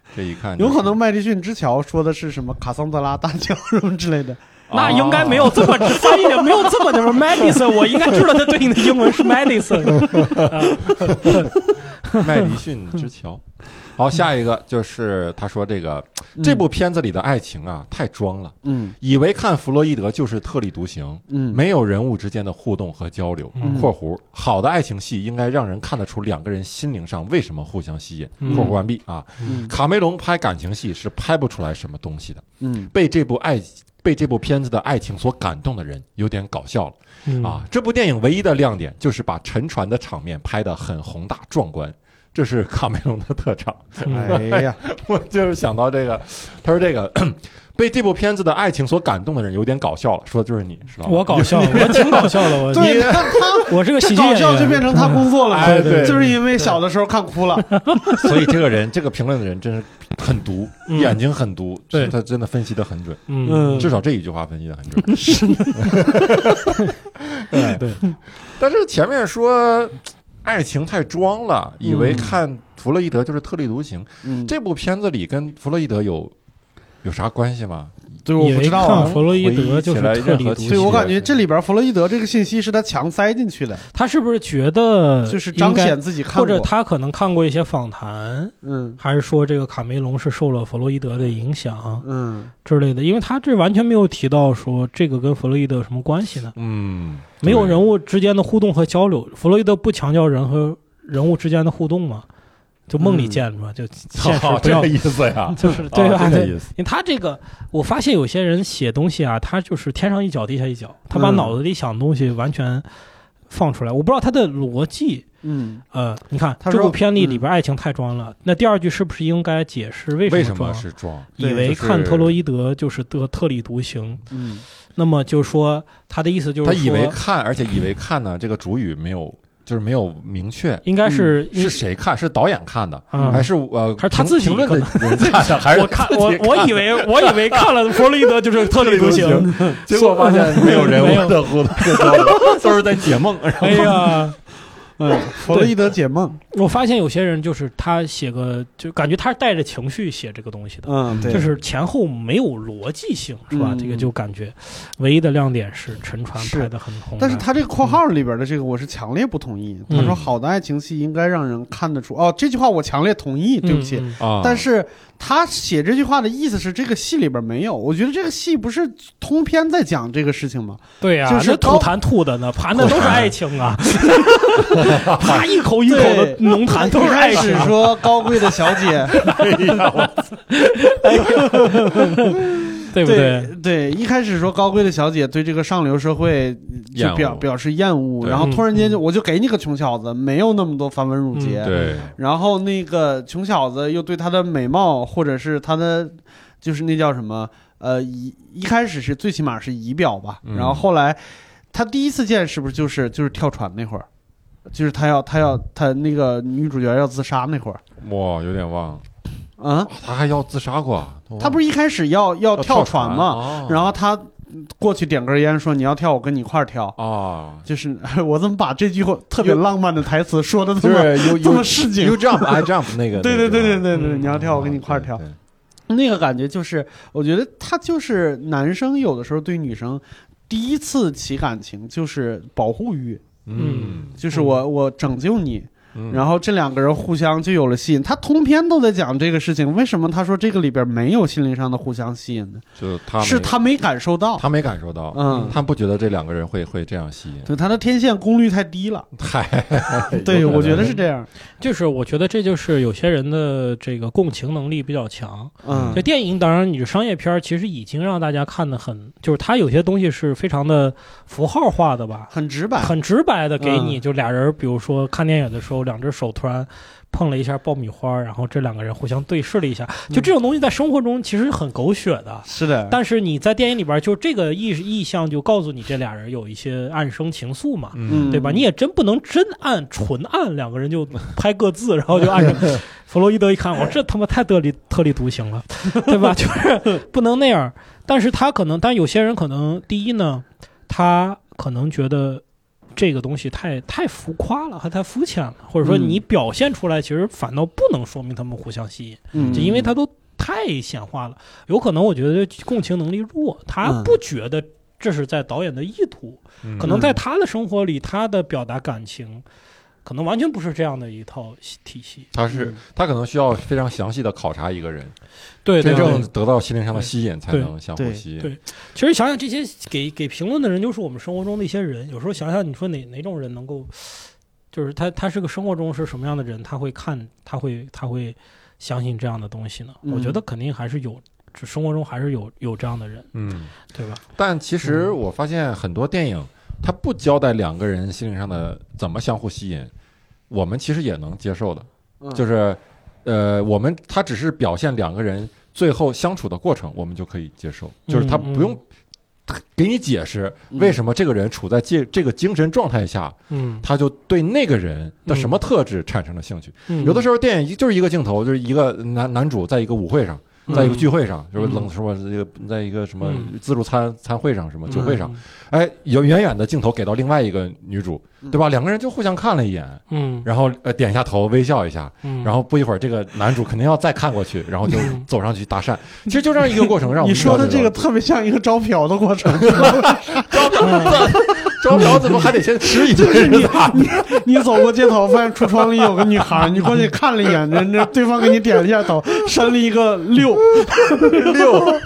S2: 这一看就
S4: 有
S2: 是
S4: 可能麦迪逊之桥说的是什么卡桑德拉大桥什么之类的，
S3: 那应该没有这么翻译，没有这么的 medicine，我应该知道它对应的英文是
S4: 嗯
S3: medicine。
S2: 麦迪 逊之桥。好，下一个就是他说这个 这部片子里的爱情啊，太装了，
S4: 嗯
S2: 以为看弗洛伊德就是特立独行，
S4: 嗯
S2: 没有人物之间的互动和交流。
S3: 嗯
S2: （括弧）好的爱情戏应该让人看得出两个人心灵上为什么互相吸引。
S3: 嗯
S2: 括弧完毕啊。
S4: 嗯
S2: 卡梅隆拍感情戏是拍不出来什么东西的，
S4: 嗯
S2: 被这部爱被这部片子的爱情所感动的人有点搞笑了
S3: 嗯
S2: 啊！这部电影唯一的亮点就是把沉船的场面拍得很宏大壮观。这是 卡梅隆的特长，
S3: 嗯
S4: 哎呀，
S2: 我就是想到这个，他说这个被这部片子的爱情所感动的人有点搞笑了，说的就是你，知道吗？
S3: 我搞笑，我挺搞笑的，我
S4: 对他他
S3: 我是个喜剧
S4: 搞
S3: 演
S4: 笑就
S3: 员。
S4: 变成他工作了，
S2: 哎对
S4: 就是因为小的时候看 哭了，
S2: 所以这个人，这个评论的人真是很毒，
S3: 嗯
S2: 眼睛很毒，
S3: 对
S2: 他真的分析的很准，
S3: 嗯
S2: 至少这一句话分析的很 准。
S3: 对对，
S2: 但是前面说爱情太装了，以为
S4: 嗯
S2: 看弗洛伊德就是特立独行，
S4: 嗯，
S2: 这部片子里跟弗洛伊德有有啥关系吗？
S4: 对我不知道啊
S3: 看。弗洛伊德就是特
S2: 回忆起来任
S3: 立独
S2: 何
S4: 对，
S2: 情
S3: 行
S2: 绪。
S4: 我感觉这里边弗洛伊德这个信息是他强塞进去的，
S3: 他是不是觉得
S4: 就是彰
S3: 呃应该
S4: 显自己看
S3: 或
S4: 过，
S3: 者他可能看过一些访谈，
S4: 嗯
S3: 还是说这个卡梅隆是受了弗洛伊德的影响
S4: 嗯，
S3: 之类的？因为他这完全没有提到说这个跟弗洛伊德有什么关系呢？
S2: 嗯，
S3: 没有
S2: 对
S3: 人物之间的互动和交流，弗洛伊德不强调人和人物之间的互动吗？就梦里见 嘛，就现实
S2: 哦
S3: 不要
S2: 嗯这个，意思呀，
S3: 就是对吧？
S2: 啊这
S3: 对
S2: 个意思。
S3: 因为他这个，我发现有些人写东西啊，他就是天上一脚地下一脚，他把
S4: 嗯
S3: 脑子里想的东西完全放出来。我不知道他的逻辑。
S4: 嗯，
S3: 呃，你看
S4: 他
S3: 这部
S4: 说
S3: 片里
S4: 嗯
S3: 里边爱情太装了，那第二句是不是应该解释为
S2: 为
S3: 什
S2: 什么
S3: 装？
S2: 是装？
S3: 以
S2: 对
S3: 为
S2: 就是
S3: 看特洛伊德就是得特立独行，
S4: 嗯
S3: 那么就说他的意思就是
S2: 他
S3: 说
S2: 以为看，而且以为看呢，这个主语没有，就是没有明确
S3: 应该是
S2: 嗯是谁看，是导演看的，
S3: 嗯
S2: 还是呃，
S3: 还是他自己
S2: 评论的人看 的，还是
S3: 我看
S2: 自己
S3: 我我
S2: 看
S3: 以为我以为看了弗洛伊德就是特立独行，
S2: 结果发现没有 人物的互动，都是在解梦。
S3: 哎呀，
S4: 嗯， 弗洛伊德解梦，
S3: 我发现有些人就是他写个就感觉他是带着情绪写这个东西的，
S4: 嗯，对，
S3: 就是前后没有逻辑性，是吧？
S4: 嗯
S3: 这个就感觉唯一的亮点是沉船
S4: 是
S3: 拍的很宏大，
S4: 但是他这个括号里边的这个，我是强烈不同意。他说
S3: 嗯
S4: 好的爱情戏应该让人看得出，哦，这句话我强烈同意，对不起。
S3: 嗯，嗯
S2: 啊
S4: 但是他写这句话的意思是，这个戏里边没有。我觉得这个戏不是通篇在讲这个事情吗？
S3: 对呀、
S4: 就是
S3: 那
S4: 高
S3: 吐痰吐的呢，盘的都是爱情 啊，啪一口一口的
S4: 对
S3: 浓痰都
S4: 一
S3: 是爱
S4: 开
S3: 情啊
S4: 始。说高贵的 小姐，
S3: 对不
S4: 对？对，一开始说高贵的小姐对这个上流社会就
S2: 厌
S4: 表
S2: 恶
S4: 表示厌恶，
S2: 对
S4: 然后突然间就
S3: 嗯
S4: 我就给你个穷小子，没有那么多繁文缛节。
S3: 嗯
S2: 对，
S4: 然后那个穷小子又对他的美貌，或者是他的，就是那叫什么，呃，仪一开始是最起码是仪表吧，
S2: 嗯
S4: 然后后来他第一次见是不是就是就是跳船那会儿，就是他要他要他那个女主角要自杀那会儿，
S2: 哇，有点忘了，
S4: 啊，
S2: 他还要自杀过，哦
S4: 他不
S2: 是
S4: 是一开始要要跳船吗？
S2: 吗
S4: 然后他过去点根烟说你要跳我跟你一块儿跳，
S2: 啊，
S4: 就是 我怎么把这句话特别浪漫的台词说 的这
S2: 就是
S4: 么
S2: you
S4: 这
S2: you
S4: 么市井
S2: you？jump I jump 那个，啊
S4: 对对对对对对，
S3: 嗯
S4: 你要跳我跟你一块儿跳。，那个感觉就是，我觉得他就是男生有的时候对女生第一次起感情就是保护欲，
S2: 嗯，
S4: 就是我我拯救你，
S2: 嗯
S4: 然后这两个人互相就有了吸引。他通篇都在讲这个事情，为什么他说这个里边没有心灵上的互相吸引呢？
S2: 就他没
S4: 是他没感受到，
S2: 他没感受到，
S4: 嗯
S2: 他不觉得这两个人会会这样吸引。
S4: 对他的天线功率太低了。
S2: 嗨，
S4: 对，
S2: 有可能
S4: 我觉得是这样。
S3: 就是我觉得这就是有些人的这个共情能力比较强。
S4: 嗯
S3: 这，电影当然，你是商业片儿其实已经让大家看的很，就是它有些东西是非常的符号化的吧，
S4: 很直白。
S3: 很直白的给你，
S4: 嗯
S3: 就俩人，比如说看电影的时候，两只手突然碰了一下爆米花，然后这两个人互相对视了一下，就这种东西在生活中其实很狗血的。
S4: 是的，
S3: 但是你在电影里边儿，就这个意意向就告诉你这俩人有一些暗生情愫嘛，
S4: 嗯
S3: 对吧？你也真不能真按纯按，两个人就拍各自，然后就 按着弗洛伊德一看，我这他妈太特立特立独行了，对 吧？就是不能那样。但是他可能，但有些人可能，第一呢，他可能觉得这个东西太太浮夸了，还太肤浅了，或者说
S4: 嗯
S3: 你表现出来，其实反倒不能说明他们互相吸引。
S4: 嗯
S3: 就因为他都太显化了，有可能我觉得共情能力弱，他
S4: 嗯
S3: 不觉得这是在导演的意图，
S2: 嗯
S3: 可能在他的生活里，他的表达感情，可能完全不是这样的一套系体系。
S2: 他
S4: 嗯
S2: 是他可能需要非常详细的考察一个人，
S3: 对
S2: 真
S3: 对
S2: 正
S3: 对，
S2: 得到心灵上的吸引，才
S3: 对
S2: 能相互
S4: 对
S2: 吸
S3: 对
S2: 引。
S3: 其实想想这些给给评论的人，就是我们生活中的一些人。有时候想想，你说哪哪种人能够，就是他他是个生活中是什么样的人，他会看，他会他会相信这样的东西呢？我
S4: 嗯
S3: 觉得肯定还是有，就生活中还是有有这样的人，
S2: 嗯，
S3: 对吧？
S2: 但其
S4: 嗯
S2: 实我发现很多电影，它不交代两个人心灵上的怎么相互吸引，我们其实也能接受的，
S4: 嗯
S2: 就是呃，我们他只是表现两个人最后相处的过程，我们就可以接受，就是他
S3: 嗯
S2: 不用。给你解释为什么这个人处在这这个精神状态下，
S3: 嗯，
S2: 他就对那个人的什么特质产生了兴趣。嗯
S3: 嗯
S2: 有的时候电影就是一个镜头，就是一个男男主在一个舞会上，
S3: 候
S2: 在一个聚会上，就是冷
S3: 嗯
S2: 什么这个，在一个什么
S3: 嗯
S2: 自助餐餐会上，什么酒会上，
S3: 嗯，
S2: 哎，有远远的镜头给到另外一个女主，对吧？两个人就互相看了一眼，
S3: 嗯，
S2: 然后呃点一下头，微笑一下，
S3: 嗯
S2: 然后不一会儿这个男主肯定要再看过去，然后就
S3: 嗯
S2: 走上去搭讪。其实就这样一个过程，让我
S4: 你
S2: 们
S4: 说的
S2: 了解
S4: 这
S2: 到
S4: 个特别像一个招嫖的过程，
S2: 招嫖怎么还得先 吃一顿？
S4: 你走过街头，发现橱窗里有个女孩，你过去看了一眼，人家对方给你点了一下头，伸了一个 六，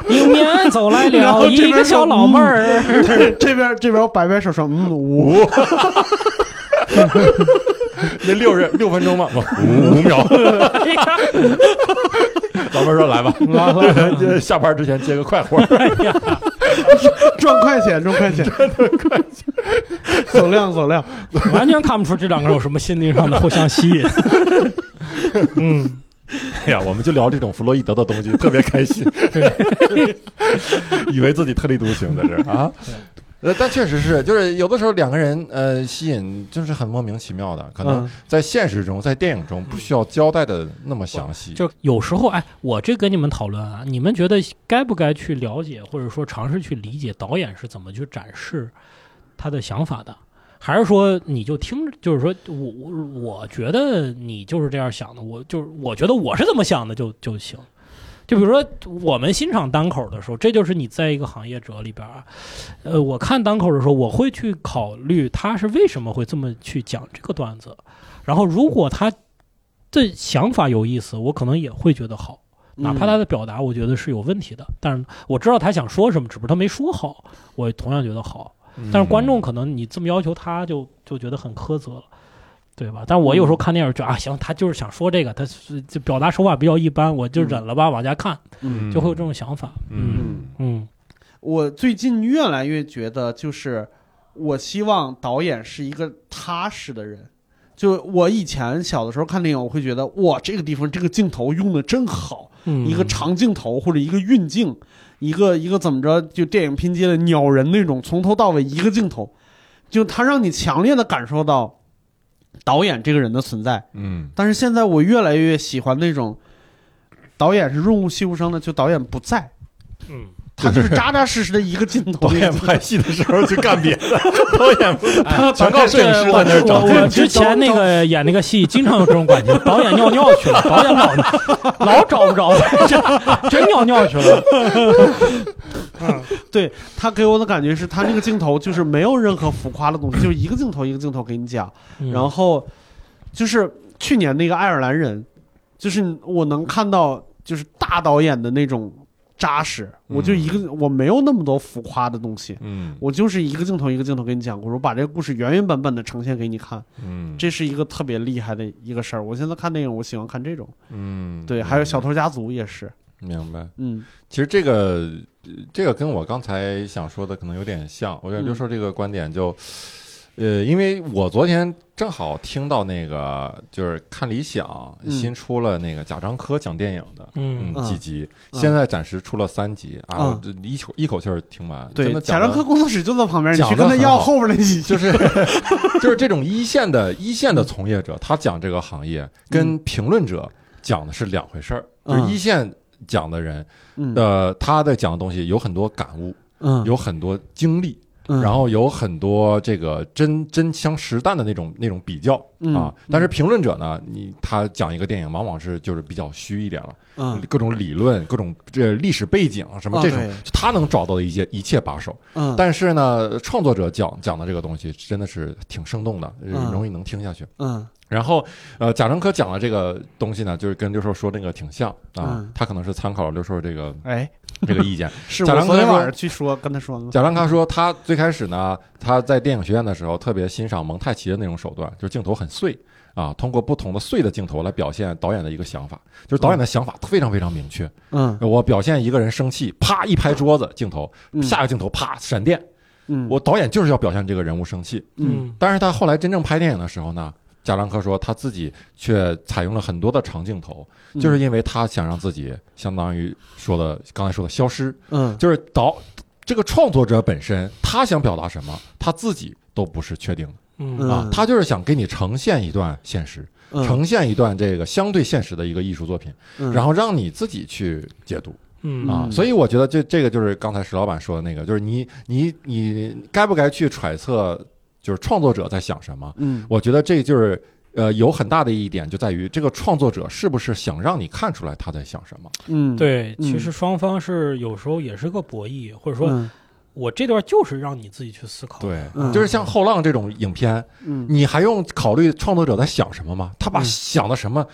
S3: 迎面嗯 走来
S4: 然后
S3: 了
S4: 这
S3: 一
S4: 边
S3: 个小老妹儿，
S4: 这边这边我摆摆手说嗯五，
S2: 那六人六分钟吗？不 五五秒。嗯 老妹儿说来吧，这 下班之前接个快活。
S4: 赚快钱 赚快钱，走量走量，
S3: 完全看不出这两个人有什么心灵上的互相吸引。 嗯，
S2: 哎呀，我们就聊这种弗洛伊德的东西，特别开心， 以为自己特立独行在这儿啊。呃，但确实是，就是有的时候两个人呃吸引就是很莫名其妙的，可能
S4: 嗯
S2: 在现实中、在电影中不需要交代的那么详细。
S3: 就有时候，哎，我这跟你们讨论啊，你们觉得该不该去了解，或者说尝试去理解导演是怎么去展示他的想法的？还是说你就听，就是说我我我觉得你就是这样想的，我就是我觉得我是这么想的就就行。就比如说我们欣赏单口的时候，这就是你在一个行业者里边啊，呃，我看单口的时候，我会去考虑他是为什么会这么去讲这个段子，然后如果他的想法有意思，我可能也会觉得好。
S4: 嗯
S3: 哪怕他的表达，我觉得是有问题的，但是我知道他想说什么，只不过他没说好，我同样觉得好。
S4: 嗯
S3: 但是观众可能你这么要求他就，就觉得很苛责了，对吧？但我有时候看电影就啊，行，他就是想说这个，他是就表达手法比较一般，我就忍了吧，往下看，
S4: 嗯
S3: 就会有这种想法。嗯
S2: 嗯
S3: 嗯
S4: 我最近越来越觉得，就是我希望导演是一个踏实的人。就我以前小的时候看电影，我会觉得哇，这个地方这个镜头用的真好，
S3: 嗯，
S4: 一个长镜头或者一个运镜，一个一个怎么着，就电影拼接的鸟人那种，从头到尾一个镜头，就它让你强烈的感受到导演这个人的存在。
S2: 嗯
S4: 但是现在我越来越喜欢那种导演是润物细无声的，就导演不在，
S3: 嗯，
S4: 他就是扎扎实实的一个镜 头。
S2: 导演拍戏的时候去干别的，导演不哎全靠摄影师在那儿找
S3: 我我之前那个演那个戏，经常有这种感觉，导演尿尿去了，导演老老找不着，真真尿尿去了。
S4: 对他给我的感觉是他那个镜头
S2: 嗯
S4: 嗯就是没有任何浮夸的东西，就是一个镜头一个镜头给你讲，然后就是去年那个爱尔兰人，就是我能看到就是大导演的那种扎实，我就一个我没有那么多浮夸的东西。
S2: 嗯
S4: 我就是一个镜头一个镜头给你讲故事，我把这个故事原原本本的呈现给你看，
S2: 嗯
S4: 这是一个特别厉害的一个事儿。我现在看电影，我喜欢看这种，
S2: 嗯，
S4: 对，还有《小偷家族》也是，
S2: 明白。
S4: 嗯
S2: 其实这个呃这个跟我刚才想说的可能有点像，我觉得
S4: 嗯
S2: 刘硕这个观点就，呃，因为我昨天正好听到那个就是看理想
S4: 嗯
S2: 新出了那个贾樟柯讲电影的。
S3: 嗯
S2: 嗯，
S4: 嗯
S2: 几集，
S4: 嗯
S2: 现在暂时出了三集啊，
S4: 嗯
S2: 我这一口一口气儿听完。
S4: 对
S2: 真，的讲
S4: 贾樟
S2: 得
S4: 柯工作室就在旁边，你
S2: 讲
S4: 去
S2: 得
S4: 跟他
S2: 很
S4: 要
S2: 好
S4: 后边那几 句
S2: 就。是就是这种一线的一线的从业者，他讲这个行业跟评论者讲的是两回事儿。就
S4: 嗯
S2: 是一线讲的人，
S4: 嗯
S2: 呃，他在讲的东西有很多感悟，
S4: 嗯，
S2: 有很多经历，
S4: 嗯
S2: 然后啊有很多这个真真枪实弹的那种那种比较
S4: 嗯
S2: 啊。但是评论者呢，你他讲一个电影，往往是就是比较虚一点了，
S4: 嗯
S2: 各种理论、各种这历史背景什么
S4: 啊
S2: 这种
S4: 对，
S2: 他能找到的一些一切把手。
S4: 嗯，
S2: 但是呢，创作者讲讲的这个东西真的是挺生动的，
S4: 嗯
S2: 容易能听下去。
S4: 嗯
S2: 然后，呃，贾樟柯讲的这个东西呢，就是跟六兽说那个挺像啊，
S4: 嗯
S2: 他可能是参考了六兽这个
S4: 哎，
S2: 这个意见。
S4: 是
S2: 贾
S4: 我
S2: 樟
S4: 昨
S2: 柯
S4: 天晚
S2: 说
S4: 上去说跟他说的吗？
S2: 贾樟柯说，他最开始呢，他在电影学院的时候特别欣赏蒙太奇的那种手段，就是镜头很碎啊，通过不同的碎的镜头来表现导演的一个想法，就是导演的想法非常非常明确。
S4: 嗯
S2: 我表现一个人生气，啪一拍桌子，镜头，
S4: 嗯
S2: 下个镜头啪闪电，
S4: 嗯
S2: 我导演就是要表现这个人物生气。
S4: 嗯
S3: 嗯
S2: 但是他后来真正拍电影的时候呢，贾樟柯说他自己却采用了很多的长镜头，
S4: 嗯
S2: 就是因为他想让自己相当于说的刚才说的消失，
S4: 嗯
S2: 就是导这个创作者本身，他想表达什么，他自己都不是确定的
S3: 嗯
S4: 嗯
S2: 啊，他就是想给你呈现一段现实，
S4: 嗯
S2: 呈现一段这个相对现实的一个艺术作品，
S4: 嗯
S2: 然后让你自己去解读
S3: 嗯
S2: 啊。
S4: 嗯
S2: 所以我觉得这这个就是刚才石老板说的那个，就是你你你该不该去揣测，就是创作者在想什么？
S4: 嗯
S2: 我觉得这就是。呃，有很大的一点就在于这个创作者是不是想让你看出来他在想什么？
S4: 嗯
S3: 对，
S4: 嗯
S3: 其实双方是有时候也是个博弈，或者说
S4: 嗯
S3: 我这段就是让你自己去思考。
S2: 对，
S4: 嗯
S2: 就是像《后浪》这种影片，
S4: 嗯
S2: 你还用考虑创作者在想什么吗？他把
S4: 嗯
S2: 想的什么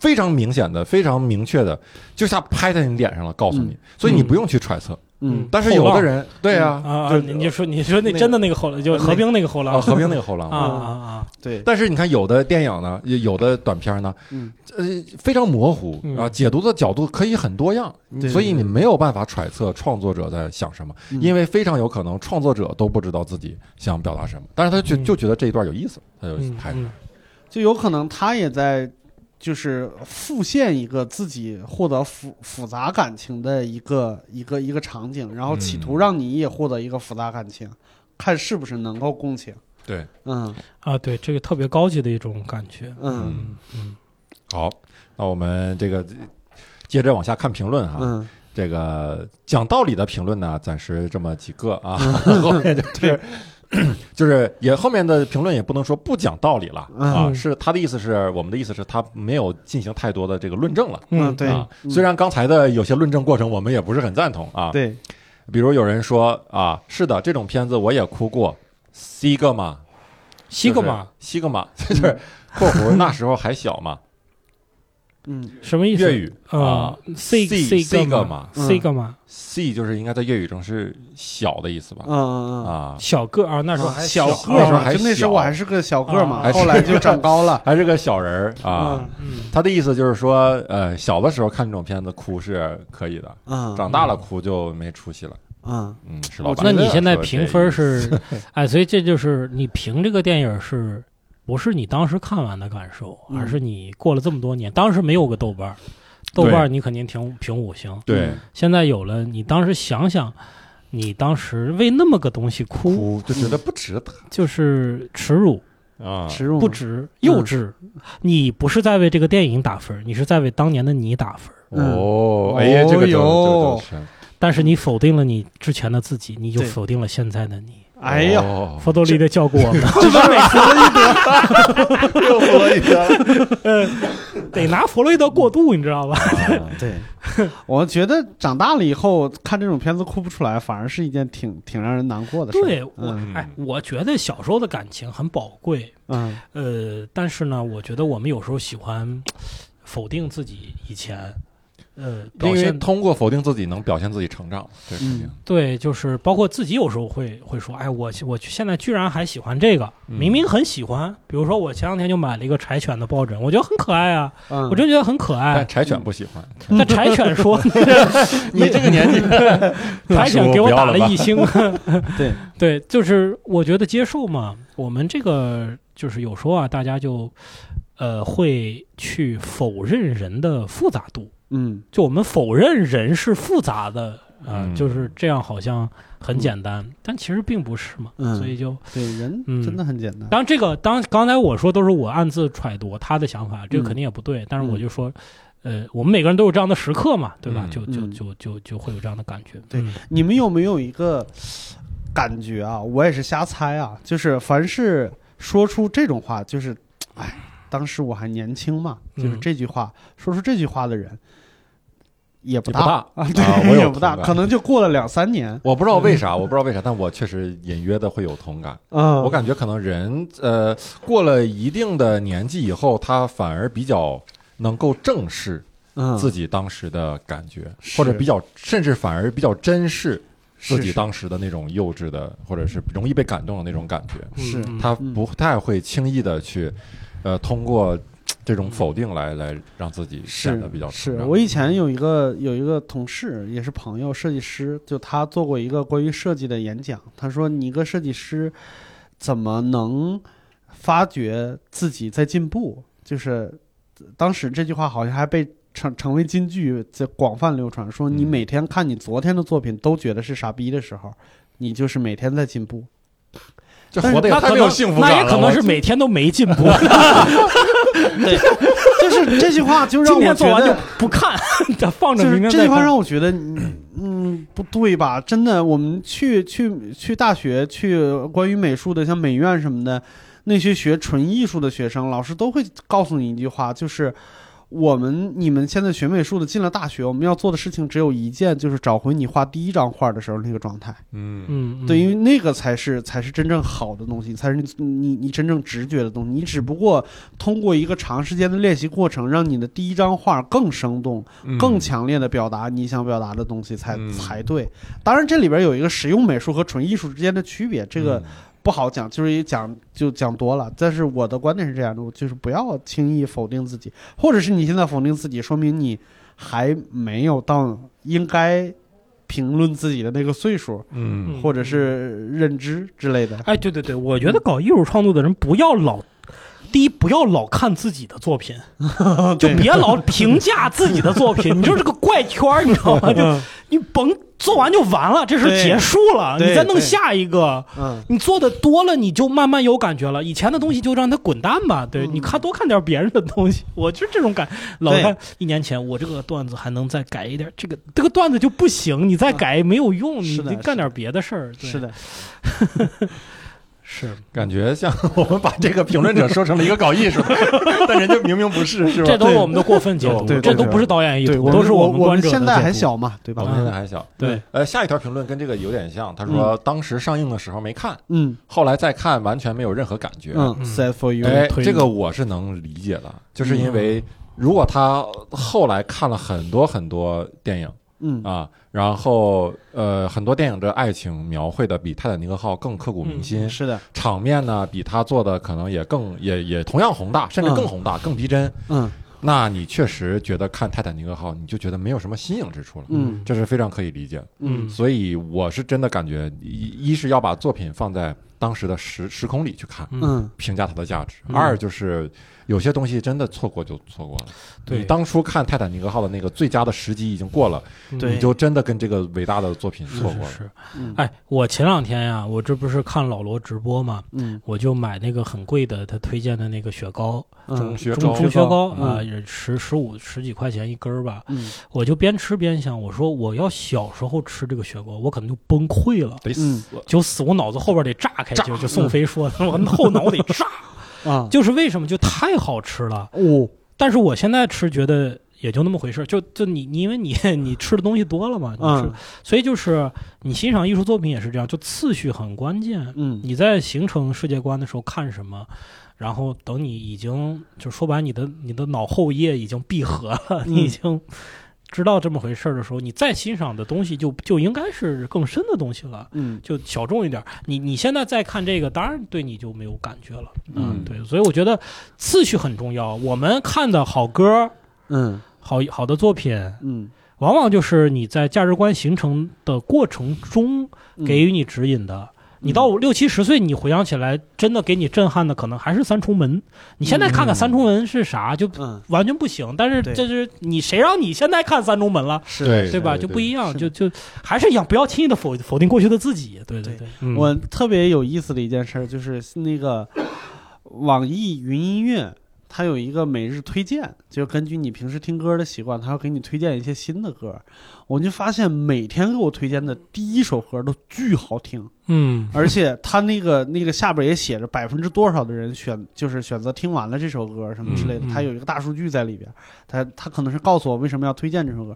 S2: 非常明显的、非常明确的，就像拍在你脸上了，告诉你，所以你不用去揣测。
S4: 嗯
S2: 但是有的人，对啊，
S3: 啊，
S2: 就
S3: 啊你就说你说那
S4: 那个
S3: 真的那个后来就
S4: 那个
S3: 河冰那个
S4: 嗯
S3: 后来
S2: 啊，
S3: 啊
S2: 合并那个后浪
S3: 啊啊，
S4: 对
S2: 但是你看，有的电影呢，有有的短片呢，
S4: 嗯
S2: 呃，非常模糊
S3: 嗯
S2: 啊，解读的角度可以很多样，
S4: 对
S2: 所以你没有办法揣测创作者在想什么，
S4: 嗯
S2: 因为非常有可能创作者都不知道自己想表达什么，但是他就
S3: 嗯
S2: 就觉得这一段有意思，他就
S3: 嗯
S2: 拍了。
S3: 嗯
S4: 就有可能他也在就是复现一个自己获得复复杂感情的一个一个一个场景，然后企图
S2: 嗯
S4: 让你也获得一个复杂感情，看是不是能够共情。
S2: 对，
S4: 嗯
S3: 啊，对，这个特别高级的一种感觉。
S4: 嗯
S3: 嗯嗯
S2: 好，那我们这个接着往下看评论哈。
S4: 嗯
S2: 这个讲道理的评论呢，暂时这么几个啊，
S4: 嗯
S2: 后面就是 就是也后面的评论也不能说不讲道理了啊，
S3: 嗯
S2: 是他的意思是我们的意思是他没有进行太多的这个论证了。
S4: 嗯，对
S2: 啊，
S4: 嗯
S2: 虽然刚才的有些论证过程我们也不是很赞同啊，
S4: 对，
S2: 比如有人说啊，是的，这种片子我也哭过，西格玛，
S3: 西格玛
S2: 就是西格 玛，就是括弧那时候还小嘛，
S4: 嗯
S3: 什么 意思？
S2: 粤语啊
S3: 啊，C
S2: ，C-
S3: C 格
S4: Sigma
S3: C 格玛
S2: C 就是应该在粤语中是小的意思吧？
S4: 嗯嗯嗯。
S2: 啊，
S3: 小个儿啊，那时候还
S4: 小
S3: 个
S4: 个儿
S2: 那时候
S4: 嘛
S2: 还
S4: 就那时
S2: 小
S4: 候我还是个小个儿嘛，
S2: 啊
S4: 后来就长高了。
S2: 还是个小人儿啊。
S4: 嗯
S3: 嗯
S2: 他的意思就是说，呃，小的时候看这种片子哭是可以
S3: 啊
S2: 的，
S4: 嗯
S2: 长大了哭就没出息了。
S4: 嗯
S2: 嗯，是老板。
S3: 那你现在评分 是，哎，所以这就是你评这个电影是。不是你当时看完的感受，
S4: 嗯
S3: 而是你过了这么多年，当时没有个豆瓣儿，豆瓣儿你肯定评评五星，
S2: 对
S3: 现在有了，你当时想想，你当时为那么个东西哭，
S2: 哭就觉得不值得
S3: 就是耻辱、
S2: 啊。
S4: 植入
S3: 不
S4: 嘛
S3: 值、幼稚。你不是在为这个电影打分，你是在为当年的你打分。
S2: 哦，哎呀，这个就就
S4: 哦哟
S2: 就是
S3: 但是你否定了你之前的自己，你就
S4: 对
S3: 否定了现在的你。
S4: 哎呀，
S2: 哦
S3: 佛多利得教过我们，
S2: 又弗洛伊德了
S3: 得拿弗洛伊德过渡，你知道吧？
S4: 对， 我觉得长大了以后看这种片子哭不出来，反而是一件挺挺让人难过的事。
S3: 对我
S4: 嗯，
S3: 哎，我觉得小时候的感情很宝贵，
S4: 嗯，
S3: 呃，但是呢，我觉得我们有时候喜欢否定自己以前，呃，表
S2: 因为
S3: 现嗯
S2: 通过否定自己能表现自己成长，这是肯定。
S3: 对，就是包括自己有时候会会说，哎，我我现在居然还喜欢这个，
S2: 嗯
S3: 明明很喜欢。比如说，我前两天就买了一个柴犬的抱枕，我觉得很可爱啊，
S4: 嗯
S3: 我真觉得很可爱
S2: 但。柴犬不喜 欢，
S3: 但柴犬说，
S2: 你这个年 纪，
S3: 柴犬给我打了一星。
S4: 对
S3: 对，就是我觉得接受嘛。我们这个就是有时候啊，大家就呃会去否认人的复杂度，
S4: 嗯
S3: 就我们否认人是复杂的啊、
S2: 嗯
S3: 就是这样好像很简单，但其实并不是嘛。
S4: 嗯
S3: 所以就
S4: 对，人
S3: 嗯
S4: 真的很简单。
S3: 当然这个当刚才我说都是我暗自揣度他的想法，这个
S4: 嗯
S3: 肯定也不对，但是
S4: 嗯
S3: 我就说。呃，我们每个人都有这样的时刻嘛，对吧？
S2: 嗯
S3: 就就
S4: 嗯
S3: 就就就会有这样的感觉。
S4: 对
S3: 嗯
S4: 你们有没有一个感觉啊？我也是瞎猜啊，就是凡是说出这种话，就是哎，当时我还年轻嘛，就是
S3: 嗯
S4: 这句话，说出这句话的人也不
S2: 也不大
S4: 啊，对，
S2: 啊我有
S4: 也不大，
S2: 同感
S4: 可能就过了两三年。
S2: 我不知道为啥，我不知道为啥，但我确实隐约的会有同感。
S4: 嗯，
S2: 我感觉可能人呃过了一定的年纪以后，他反而比较能够正视
S4: 嗯
S2: 自己当时的感觉，
S4: 是
S2: 或者比较甚至反而比较珍视
S4: 是
S2: 自己当时的那种幼稚的，或者是容易被感动的那种感觉。
S4: 是
S3: 嗯
S2: 他不太会轻易的去呃通过这
S3: 嗯
S2: 种否定来来让自己
S4: 是
S2: 显得比较嗯
S4: 是
S2: 成长
S4: 我以前有一个有一个同事，也是朋友，设计师，就他做过一个关于设计的演讲，他说你一个设计师怎么能发觉自己在进步？就是当时这句话好像还被。成成为金句，在广泛流传。说你
S2: 嗯
S4: 每天看你昨天的作品都觉得是傻逼的时候，你就是每天在进步。
S2: 这
S4: 但是
S2: 活得也
S3: 那
S2: 太
S3: 可
S2: 没有
S3: 能
S2: 幸福
S3: 那
S2: 感
S3: 也
S2: 了。
S3: 可能
S2: 我
S3: 是每天都没进步，
S4: 就是这句话就 让
S3: 今
S4: 我
S3: 天做
S4: 觉
S3: 完
S4: 得
S3: 就不看， 放着
S4: 就
S3: 明天
S4: 是这
S3: 再
S4: 句话
S3: 看。
S4: 让我觉得，嗯嗯，不对吧？真的，我们去去去大学，去关于美术的，像美院什么的，那些学纯艺术的学生，老师都会告诉你一句话，就是我们你们现在学美术的进了大学，我们要做的事情只有一件，就是找回你画第一张画的时候那个状态。
S2: 嗯
S3: 嗯，嗯
S4: 对，因为那个才是才是真正好的东西，才是你你你真正直觉的东西。你只不过通过一个长时间的练习过程，让你的第一张画更生动。更强烈的表达你想表达的东西才、
S2: 嗯
S4: 才对。当然，这里边有一个实用美术和纯艺术之间的区别，这个
S2: 嗯
S4: 不好讲，就是也讲就讲多了。但是我的观点是这样的，就是不要轻易否定自己，或者是你现在否定自己，说明你还没有到应该评论自己的那个岁数，
S2: 嗯
S3: 嗯
S4: 或者是认知之类的。
S3: 哎，对对对，我觉得搞艺术创作的人不要老，第一不要老看自己的作 品，就
S4: 对
S3: 别老评价自己的作品，你就是个怪圈儿，你知道吗？就
S4: 嗯
S3: 你甭做完就完了，这事儿
S4: 对
S3: 结束了，
S4: 对
S3: 你再弄
S4: 对
S3: 下一个。
S4: 嗯，
S3: 你做的多了，你就慢慢有感觉了。以前的东西就让它滚蛋吧。对，
S4: 嗯
S3: 你看多看点别人的东西， 我就是这种感。老
S4: 对
S3: 看一年前我这个段子还能再改一点，这个这个段子就不行，你再改没有用，你
S4: 是的
S3: 得干
S4: 是的
S3: 点别的事儿。对
S4: 是，的，
S3: 是。
S2: 感觉像我们把这个评论者说成了一个搞艺术的，但人家明明不 是，是吧？
S3: 这都是我们的过分解读
S2: 对，对
S3: 这
S4: 对
S3: 都
S4: 对
S3: 不是导演意
S4: 对，
S3: 图，
S4: 我
S3: 都是
S4: 我
S3: 们
S4: 我
S3: 观
S4: 们
S3: 者的
S4: 现
S3: 解
S4: 在还
S3: 读。
S4: 小嘛，对
S2: 我
S4: 吧？
S2: 们现在还小。
S3: 对，
S2: 呃，下一条评论跟这个有点像，他说当时上映的时候没看，
S4: 嗯
S2: 后来再看完全没有任何感觉。
S4: 嗯
S3: 嗯
S4: ，sad for you，
S2: 哎，
S4: 推
S2: 这个
S4: 你
S2: 我是能理解的，就是因
S3: 嗯
S2: 为如果他后来看了很多很多电影
S4: 嗯
S2: 啊，然后呃，很多电影的爱情描绘的比《泰坦尼克号》更刻骨铭心，
S4: 是的，
S2: 场面呢比他做的可能也更也也同样宏大，甚至更宏大、更逼真。
S4: 嗯
S2: 那你确实觉得看《泰坦尼克号》，你就觉得没有什么新颖之处了，
S4: 嗯
S2: 这是非常可以理解的。
S4: 嗯
S2: 所以我是真的感觉，一一是要把作品放在当时的时时空里去看，
S3: 嗯，
S4: 嗯
S2: 评价它的价值。
S3: 嗯
S2: 二就是有些东西真的错过就错过了。
S3: 对
S2: 你当初看泰坦尼克号的那个最佳的时机已经过了，
S4: 对
S2: 你就真的跟这个伟大的作品
S3: 嗯是
S2: 错过
S3: 是
S2: 了。
S3: 是。
S4: 嗯
S3: 哎，我前两天呀，我这不是看老罗直播嘛，
S4: 嗯
S3: 我就买那个很贵的他推荐的那个雪糕，
S2: 中
S4: 嗯
S2: 学
S3: 中
S2: 中
S3: 中
S4: 雪
S3: 雪
S4: 糕
S3: 糕
S4: 嗯
S3: 啊，也十十五十几块钱一根儿吧。
S4: 嗯
S3: 我就边吃边想，我说我要小时候吃这个雪糕，我可能就崩溃了，
S2: 得
S4: 嗯
S2: 死，
S3: 就死我脑子后边得炸开，
S2: 炸
S3: 就就宋飞说的，我后脑得炸，
S4: 啊，
S3: 就是为什么就太好吃了。
S4: 哦，
S3: 但是我现在吃觉得也就那么回事儿，就就你你因为你 你吃的东西多了嘛，你吃
S4: 嗯
S3: 所以就是你欣赏艺术作品也是这样，就次序很关键。
S4: 嗯
S3: 你在形成世界观的时候看什么，然后等你已经就说白了，你的你的脑后叶已经闭合
S4: 嗯
S3: 了，你已经知道这么回事儿的时候，你再欣赏的东西就就应该是更深的东西了。
S4: 嗯
S3: 就小众一点儿，你你现在再看这个，当然对你就没有感觉了。啊
S4: 嗯
S3: 对，所以我觉得次序很重要。我们看的好歌、
S4: 嗯
S3: 好好的作品，
S4: 嗯，
S3: 往往就是你在价值观形成的过程中
S4: 嗯
S3: 给予你指引的。你到六七十岁，你回想起来，真的给你震撼的，可能还是《三重门》。你现在看看《三重门》是啥，就
S4: 嗯
S3: 完全不行。但是
S4: 对
S3: 这是你谁让你现在看《三重门》了，
S4: 是
S2: 对
S3: 对吧？
S2: 对
S3: 就不一样，
S4: 是
S3: 就就还是一样，不要轻易的否否定过去的自己。对对
S4: 对
S3: 对，嗯
S4: 我特别有意思的一件事儿就是那个网易云音乐，它有一个每日推荐，就根据你平时听歌的习惯，它会给你推荐一些新的歌。我就发现每天给我推荐的第一首歌都巨好听，
S3: 嗯
S4: 而且它那个那个下边也写着百分之多少的人选，就是选择听完了这首歌什么之类的
S3: 嗯，嗯
S4: 它有一个大数据在里边，它它可能是告诉我为什么要推荐这首歌。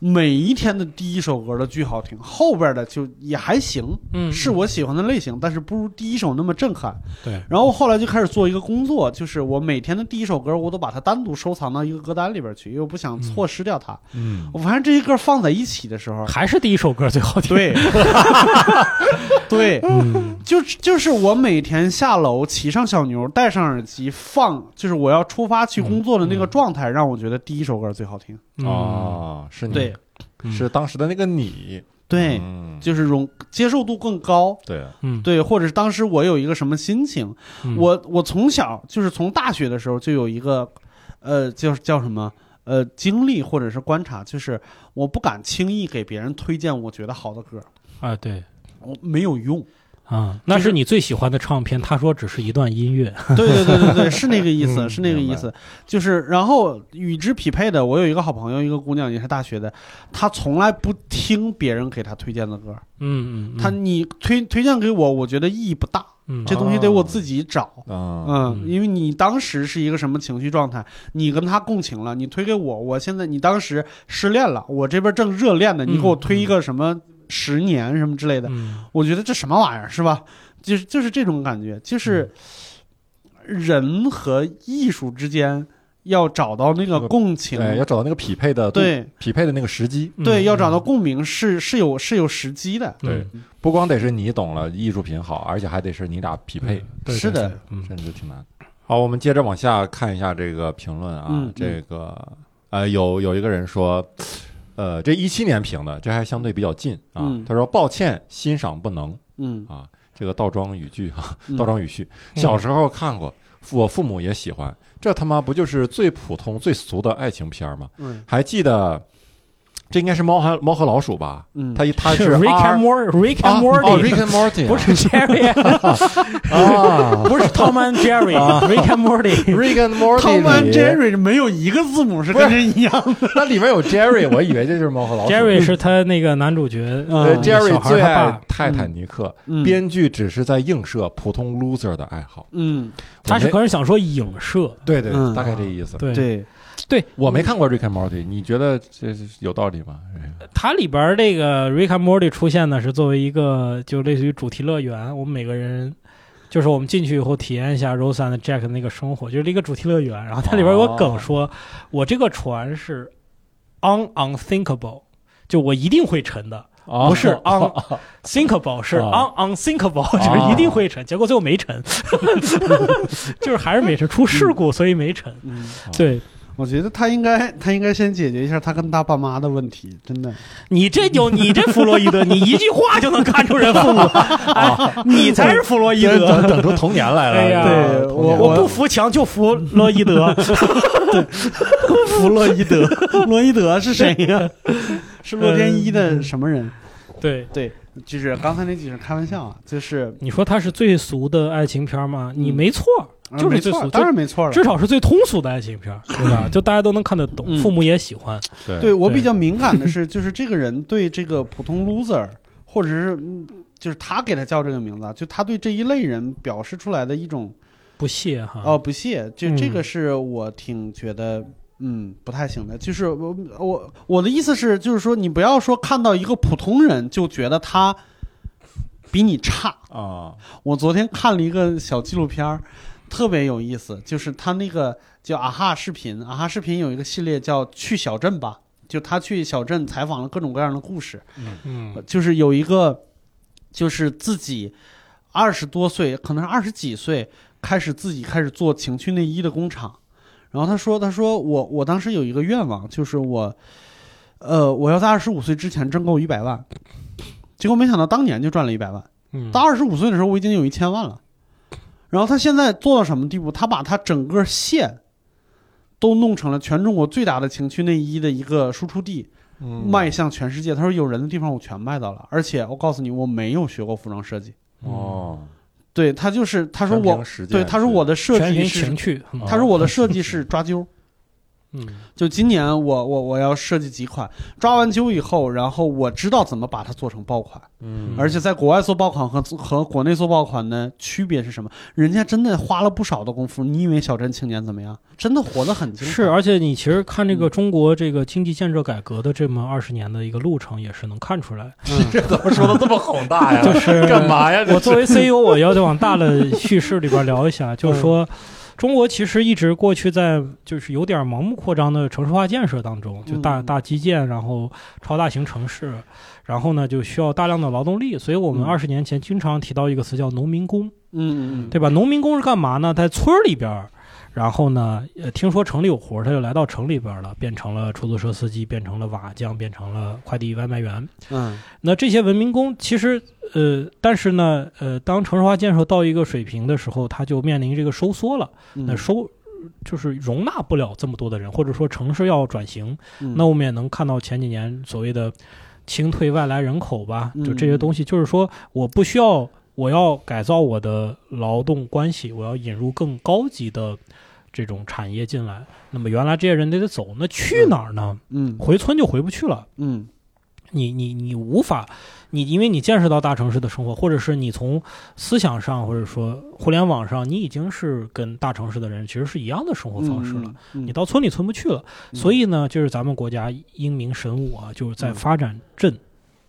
S4: 每一天的第一首歌都巨好听，后边的就也还行，
S3: 嗯
S4: 是我喜欢的类型，但是不如第一首那么震撼。
S3: 对。
S4: 然后后来就开始做一个工作，就是我每天的第一首歌，我都把它单独收藏到一个歌单里边去，因为我不想错失掉它。
S2: 嗯，
S4: 我发现这些歌放在一起的时 候，
S3: 嗯还是第一首歌最好听。
S4: 对， 对，
S3: 嗯，
S4: 就就是我每天下楼骑上小牛，戴上耳机放，就是我要出发去工作的那个状态，让我觉得第一首歌最好听。
S3: 嗯，
S2: 啊，是你，
S4: 对，
S3: 嗯
S2: 是当时的那个你，
S4: 对，
S2: 嗯，
S4: 就是容接受度更高。
S2: 对，
S3: 嗯，
S4: 对，或者是当时我有一个什么心情，
S3: 嗯，
S4: 我我从小就是从大学的时候就有一个，呃，就是叫什么呃经历或者是观察，就是我不敢轻易给别人推荐我觉得好的歌，
S3: 啊，对。
S4: 我没有用。
S3: 啊，那
S4: 就是
S3: 是你最喜欢的唱片。他说只是一段音乐。
S4: 对对对对对，是那个意思，
S2: 嗯
S4: 是那个意思。就是然后与之匹配的，我有一个好朋友，一个姑娘也是大学的，她从来不听别人给她推荐的歌，
S3: 嗯嗯，
S4: 她你推推荐给我，我觉得意义不大，
S3: 嗯
S4: 这东西得我自己找。
S2: 啊，
S4: 嗯，
S3: 嗯
S4: 因为你当时是一个什么情绪状态，你跟他共情了，你推给我，我现在你当时失恋了，我这边正热恋呢，你给我推一个什么十年什么之类的，
S3: 嗯
S4: 我觉得这什么玩意儿是吧？就是就是这种感觉，就是
S3: 嗯
S4: 人和艺术之间要找到那个共情，
S2: 对，要找到那个匹配的度
S4: 对
S2: 匹配的那个时机，
S3: 哎嗯
S4: 对，要找到共鸣是是有是有时机的，
S2: 对，不光得是你懂了艺术品好，而且还得是你俩匹配，
S3: 对
S4: 是的，
S3: 嗯
S2: 甚至挺难。好，我们接着往下看一下这个评论啊，
S4: 嗯嗯
S2: 这个呃，有有一个人说，呃，这一七年评的，这还相对比较近啊。
S4: 嗯
S2: 他说抱歉，欣赏不能
S4: 嗯，
S2: 啊，这个倒装语句哈、
S4: 嗯
S2: 倒装语序，
S3: 嗯
S2: 小时候看过，我父母也喜欢，这他妈不就是最普通最俗的爱情片吗？
S4: 嗯
S2: 还记得，这应该是猫和猫和老鼠吧？
S4: 嗯，
S2: 他他
S3: 是
S2: R
S3: Rick and Morty，Rick
S2: 啊
S3: and
S2: 哦，Rick and Morty，
S3: Morty，不是 Jerry，
S2: 啊
S3: 不是 Tom and Jerry，Rick and Morty。
S2: ，Rick and Morty，
S4: Tom and
S2: 里
S4: Jerry 没有一个字母是跟人一样 的，
S2: 那里面有 Jerry，我以为这就是猫和老鼠。
S3: Jerry 是他那个男主角，
S2: 呃
S4: 嗯
S3: 小
S2: Jerry
S3: 孩
S2: 最
S3: 他
S2: 爱
S3: 爸
S2: 泰坦尼克，
S4: 嗯
S2: 编剧只是在映射普通 loser 的爱好。
S4: 嗯，
S3: 他是
S2: 我没
S3: 可能想说影射，
S2: 对对，
S4: 嗯
S2: 大概这意思。，
S3: 对，
S4: 对，
S2: 我没看过 Rick and Morty，你觉得这是有道理吗？
S3: 它里边儿这个 Rick and Morty 出现呢，是作为一个就类似于主题乐园，我们每个人。就是我们进去以后体验一下 Rose and Jack 的那个生活，就是一个主题乐园。然后它里边
S2: 哦
S3: 有个梗说，我这个船是 un unthinkable，就我一定会沉的，
S2: 啊
S3: 不是
S4: 哦
S3: un thinkable，是
S2: 啊
S3: un unthinkable，就是一定会沉。结果 最后没沉，就是还是没沉，出事故所以没沉。
S4: 嗯。
S3: 对，
S4: 我觉得他应该，他应该先解决一下他跟他爸妈的问题，真的。
S3: 你这有你这弗洛伊 德，你一句话就能看出人父母，哎，你才是弗洛伊
S2: 等
S3: 德。
S2: 等整出童年来 了。
S3: 哎呀
S4: 对
S2: 童
S4: 我
S2: 年
S3: 我不服强就服洛伊德，
S4: 弗洛伊德， 洛伊德是 谁呀？
S3: 呃
S4: 是洛天依的什么人？
S3: 对。
S4: 对，就是刚才那几是开玩笑啊，就是
S3: 你说它是最俗的爱情片吗？你没错，
S4: 啊
S3: 就是
S4: 没
S3: 最
S4: 错，
S3: 俗
S4: 当然没错了。
S3: 至少是最通俗的爱情片，对吧？就大家都能看得懂，
S4: 嗯
S3: 父母也喜欢。
S2: 对
S4: 对我比
S3: 对
S4: 较敏感的是， 就是这个人对这个普通 loser，或者是嗯就是他给他叫这个名字啊，就他对这一类人表示出来的一种
S3: 不屑哈。
S4: 哦，不屑，就
S3: 啊
S4: 这
S3: 嗯
S4: 个是我挺觉得。嗯，不太行的。就是我我我的意思是，就是说你不要说看到一个普通人就觉得他比你差。
S2: 啊，
S4: 我昨天看了一个小纪录片儿，特别有意思，就是他那个叫啊哈视频，啊哈视频有一个系列叫去小镇吧，就他去小镇采访了各种各样的故事。
S3: 嗯
S4: 呃就是有一个，就是自己二十多岁，可能是二十几岁开始自己开始做情趣内衣的工厂。然后他说：“他说我我当时有一个愿望，就是我，呃，我要在二十五岁之前挣够一百万。结果没想到当年就赚了一百万。
S3: 嗯
S4: 到二十五岁的时候，我已经有一千万了。然后他现在做到什么地步？他把他整个县都弄成了全中国最大的情趣内衣的一个输出地。
S2: 嗯
S4: 迈向全世界。他说有人的地方我全卖到了，而且我告诉你，我没有学过服装设计。
S3: 嗯
S2: 哦，
S4: 对他就是嗯他说
S2: 全
S4: 我
S2: 凭实践
S4: 对他说我的设
S3: 全
S4: 计
S3: 凭
S4: 是
S3: 情趣。嗯
S4: 他说我的设计是抓阄。
S3: 嗯
S4: 就今年我我我要设计几款，抓完阄以后，然后我知道怎么把它做成爆款，
S2: 嗯
S4: 而且在国外做爆款和和国内做爆款的区别是什么？人家真的花了不少的功夫。你以为小镇青年怎么样？真的活得很精彩。
S3: 是，而且你其实看这个中国这个经济建设改革的这么二十年的一个路程，也是能看出来。
S2: 这怎么说的这么宏大哎呀？
S3: 就 是
S2: 干嘛呀？
S3: 我作为 CEO，我要再往大的叙事里边聊一下，就是说，中国其实一直过去在就是有点盲目扩张的城市化建设当中，就大
S4: 嗯
S3: 大基建，然后超大型城市，然后呢就需要大量的劳动力，所以我们
S4: 嗯
S3: 二十年前经常提到一个词叫农民工，
S4: 嗯嗯嗯，
S3: 对吧？农民工是干嘛呢？在村儿里边儿。然后呢，呃，听说城里有活儿，他就来到城里边儿了，变成了出租车司机，变成了瓦匠，变成了快递外卖员。
S4: 嗯
S3: 那这些文民工其实，呃，但是呢，呃，当城市化建设到一个水平的时候，它就面临这个收缩了。
S4: 嗯，
S3: 那收就是容纳不了这么多的人，或者说城市要转型。
S4: 嗯
S3: 那我们也能看到前几年所谓的清退外来人口吧，就这些
S4: 嗯
S3: 东西，就是说我不需要，我要改造我的劳动关系，我要引入更高级的这种产业进来。那么原来这些人得得走，那去哪儿呢？
S4: 嗯
S3: 回村就回不去了。
S4: 嗯
S3: 你你你无法，你因为你见识到大城市的生活，或者是你从思想上，或者说互联网上，你已经是跟大城市的人其实是一样的生活方式了。，
S4: 嗯
S3: 你到村里村不去了，
S4: 嗯
S3: 所以呢，就是咱们国家英明神武啊，就是在
S4: 嗯
S3: 发展镇、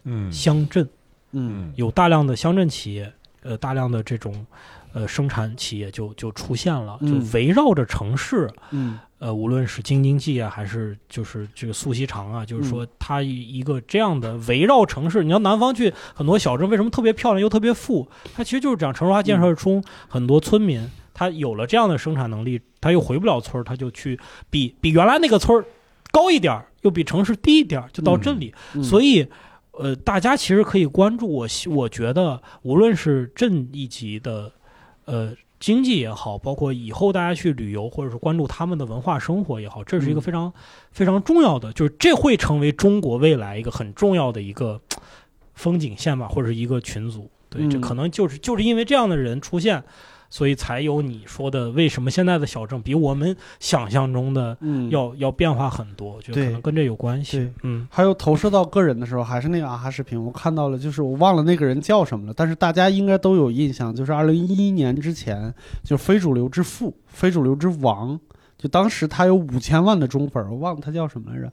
S2: 嗯
S3: 乡镇，
S4: 嗯
S2: 嗯
S3: 有大量的乡镇企业，呃，大量的这种呃生产企业就就出现了，就
S4: 嗯
S3: 围绕着城市，
S4: 嗯
S3: 呃，无论是京津冀啊，还是就是这个苏锡常啊，就是说它一一个这样的围绕城市，你要南方去很多小镇，为什么特别漂亮又特别富？它其实就是讲城市化建设中很多村民，他有了这样的生产能力，他又回不了村儿，他就去比比原来那个村儿高一点儿，又比城市低一点儿，就到镇里。
S4: 嗯，
S3: 所
S4: 以
S3: 以，呃，大家其实可以关注我希，我觉得无论是镇一级的，呃，经济也好，包括以后大家去旅游，或者是关注他们的文化生活也好，这是一个
S4: 嗯
S3: 非常、非常重要的，就是这会成为中国未来一个很重要的一个嘖风景线吧，或者是一个群组。对，这
S4: 嗯
S3: 可能就是就是因为这样的人出现。所以才有你说的，为什么现在的小镇比我们想象中的
S4: 嗯
S3: 要、要变化很多？我觉得可
S4: 对
S3: 能跟这有关系
S4: 对。
S3: 嗯
S4: 还有投射到个人的时候，还是那个啊哈视频，我看到了，就是我忘了那个人叫什么了，但是大家应该都有印象，就是二零一一年之前，就是非主流之父、非主流之王，就当时他有五千万的忠粉，我忘了他叫什么来着。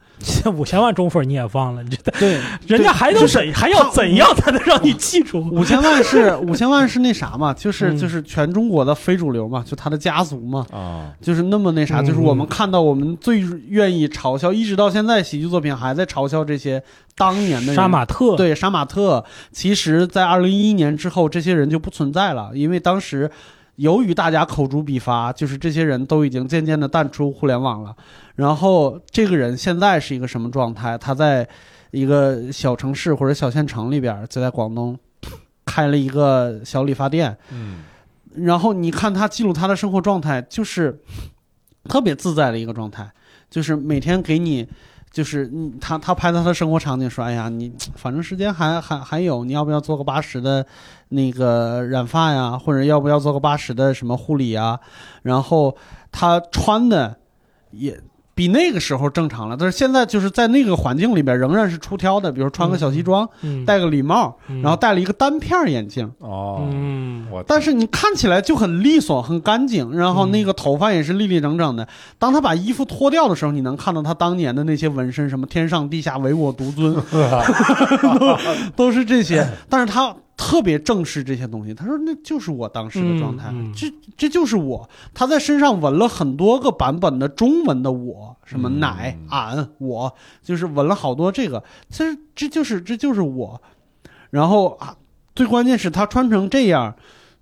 S3: 五千万中粉你也忘了，你这
S4: 对，
S3: 人家还能
S4: 就是
S3: 怎还要
S4: 他嗯
S3: 怎样才能让你记住？
S4: 五千万是五千万是那啥嘛，就是
S3: 嗯
S4: 就是全中国的非主流嘛，就他的家族嘛。
S2: 啊，
S4: 就是那么那啥，
S3: 嗯
S4: 就是我们看到我们最愿意嘲笑，一直到现在，喜剧作品还在嘲笑这些当年的人
S3: 杀马特，
S4: 对，杀马特，其实在二零一一年之后，这些人就不存在了，因为当时由于大家口诛笔伐，就是这些人都已经渐渐的淡出互联网了。然后这个人现在是一个什么状态？他在一个小城市或者小县城里边儿，就在广东开了一个小理发店。
S2: 嗯
S4: 然后你看他记录他的生活状态，就是特别自在的一个状态，就是每天给你。就是你他他拍他的生活场景，说：“哎呀，你反正时间还还还有，你要不要做个八十的那个染发呀，或者要不要做个八十的什么护理啊？”然后他穿的也比那个时候正常了，但是现在就是在那个环境里边仍然是出挑的，比如穿个小西装，
S3: 嗯，
S4: 戴个礼帽，
S3: 嗯
S4: 然后戴了一个单片儿眼镜，
S2: 哦，
S3: 嗯
S2: 我
S4: 但是你看起来就很利索、很干净，然后那个头发也是立立整整的。当他把衣服脱掉的时候，你能看到他当年的那些纹身，什么“天上地下唯我独尊”，都都是这些。但是他特别正视这些东西，他说那就是我当时的状态，
S3: 嗯嗯
S4: 这这就是我。他在身上纹了很多个版本的中文的我，什么
S2: 嗯
S4: 奶、俺、我，就是纹了好多这个。其实这就是这就是我。然后啊，最关键是他穿成这样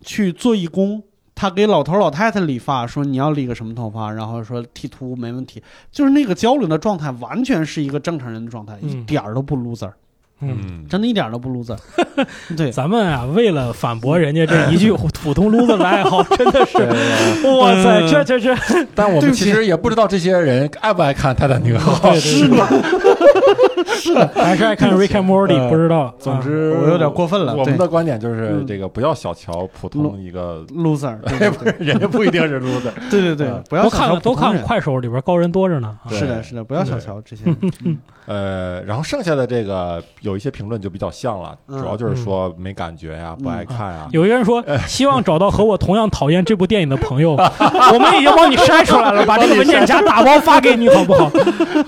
S4: 去做义工，他给老头老太太理发，说你要理个什么头发，然后说剃秃没问题，就是那个交流的状态，完全是一个正常人的状态，
S3: 嗯
S4: 一点儿都不 loser，
S3: 嗯，
S2: 嗯，
S4: 真的一点儿都不 loser。对，
S3: 咱们啊，为了反驳人家这一 句普通撸子的爱好，真的是，
S2: 对对
S3: 哇塞，
S4: 嗯
S3: 这这这，
S2: 对啊但我
S4: 对
S2: 们
S4: 不起
S2: 其实也不知道这些人爱不爱看《泰坦尼克号》。
S3: 是的，是的， 还是爱看 Rick and Morty，
S2: 呃
S3: 不知道。
S2: 总
S3: 啊，
S2: 之，
S4: 我有点过分了
S2: 我们
S4: 对
S2: 的观点就是，
S4: 嗯
S2: 这个不要小瞧普通一个，
S4: loser，对对对
S2: 人家不一定是 loser。
S4: 对对对
S2: 嗯，
S4: 不要
S3: 都
S4: 小
S3: 看
S4: 瞧
S3: 了都
S4: 普通
S3: 看了
S4: 人
S3: 快手里边高人多着呢。啊
S2: 对
S4: 是的，是的，不要小
S2: 对
S4: 瞧这些人，嗯
S2: 呃，然后剩下的这个有一些评论就比较像了，
S4: 嗯
S2: 主要就是说没感觉呀，
S4: 嗯
S2: 不爱看呀。
S3: 有一个 人说，希望找到和我同样讨厌这部电影的朋友。我们已经帮你筛出来了，把这个文件夹打包发给你，好 不好？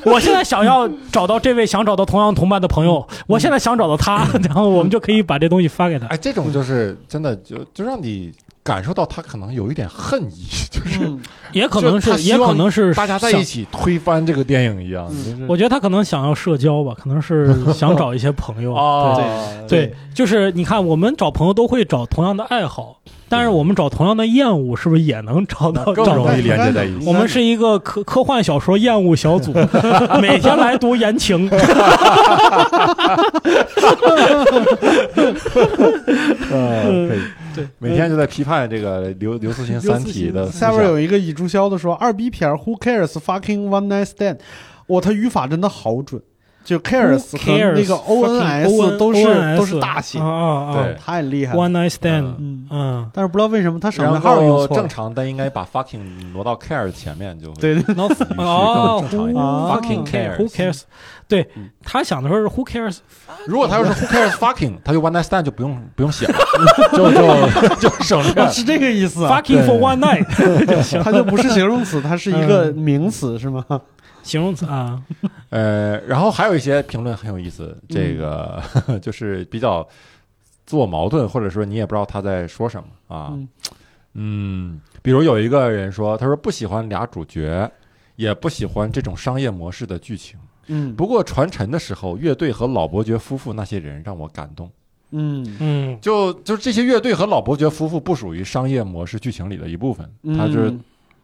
S3: 我现在想要找到这位想找到同样同伴的朋友，
S2: 嗯
S3: 我现在想找到 他，然后我们就可以把这东西发给他。
S2: 哎，这种就是真的就就让你感受到他可能有一点恨意，就是
S4: 嗯
S3: 也可能，
S2: 就是他希
S3: 也
S2: 望
S3: 可能是
S2: 大家在一起推翻这个电影一样。
S4: 嗯
S2: 就是
S3: 我觉得他可能想要社交吧，可 能是想找一些朋友。
S2: 哦，
S3: 对，对，就是你看，我们找朋友都会找同样的爱好，但是我们找同样的厌恶，是不是也能找到
S2: 更
S3: 找
S2: 容
S3: 到
S2: 易连接在一起。
S3: 我们是一个科科幻小说厌恶小 组，每天来读言情。
S2: 嗯，可以。
S3: 对，
S2: 每天就在批判这个刘刘慈欣《三体》的思
S4: 下
S2: 想
S4: 边有一个已注销的说二逼撇儿 Who cares fucking one night stand，哇，他语法真的好准，就 cares 和
S3: cares，
S4: 那个 o n s
S3: ON
S4: 都是
S3: ONS
S4: 都是大写
S3: 啊，啊啊
S2: 对
S4: 太厉害了。
S3: ！One night stand，
S2: 嗯
S4: 嗯，
S3: 嗯
S4: 但是不知道为什么他省略
S2: 然
S4: 号
S2: 后
S4: 用错
S2: 正
S4: 了。
S2: 常的应该把 fucking 挪到 care 前面就会
S4: 对对，
S3: ，no
S2: 语序
S3: 哦
S2: 更正常一点。
S4: 啊
S2: fucking cares。
S3: Who cares？对
S2: 嗯
S3: 他想的时候是 Who cares？
S2: 如果他要是 who cares fucking，他就 one night stand 就不用不用写了， 就 就就省略
S4: 哦。是这个意思啊。
S3: fucking for
S2: 对
S3: one night
S4: 它就不是形容词，它是一个名词，是吗？
S3: 形容词啊，
S2: 呃，然后还有一些评论很有意思，这个、 就是比较自我矛盾，或者说你也不知道他在说什么啊。
S4: 嗯
S2: 嗯比如有一个人说，他说不喜欢俩主角，也不喜欢这种商业模式的剧情。
S4: 嗯
S2: 不过传承的时候，乐队和老伯爵夫妇那些人让我感动。
S4: 嗯
S3: 嗯
S2: 就就这些乐队和老伯爵夫妇不属于商业模式剧情里的一部分，
S4: 嗯，
S2: 他就是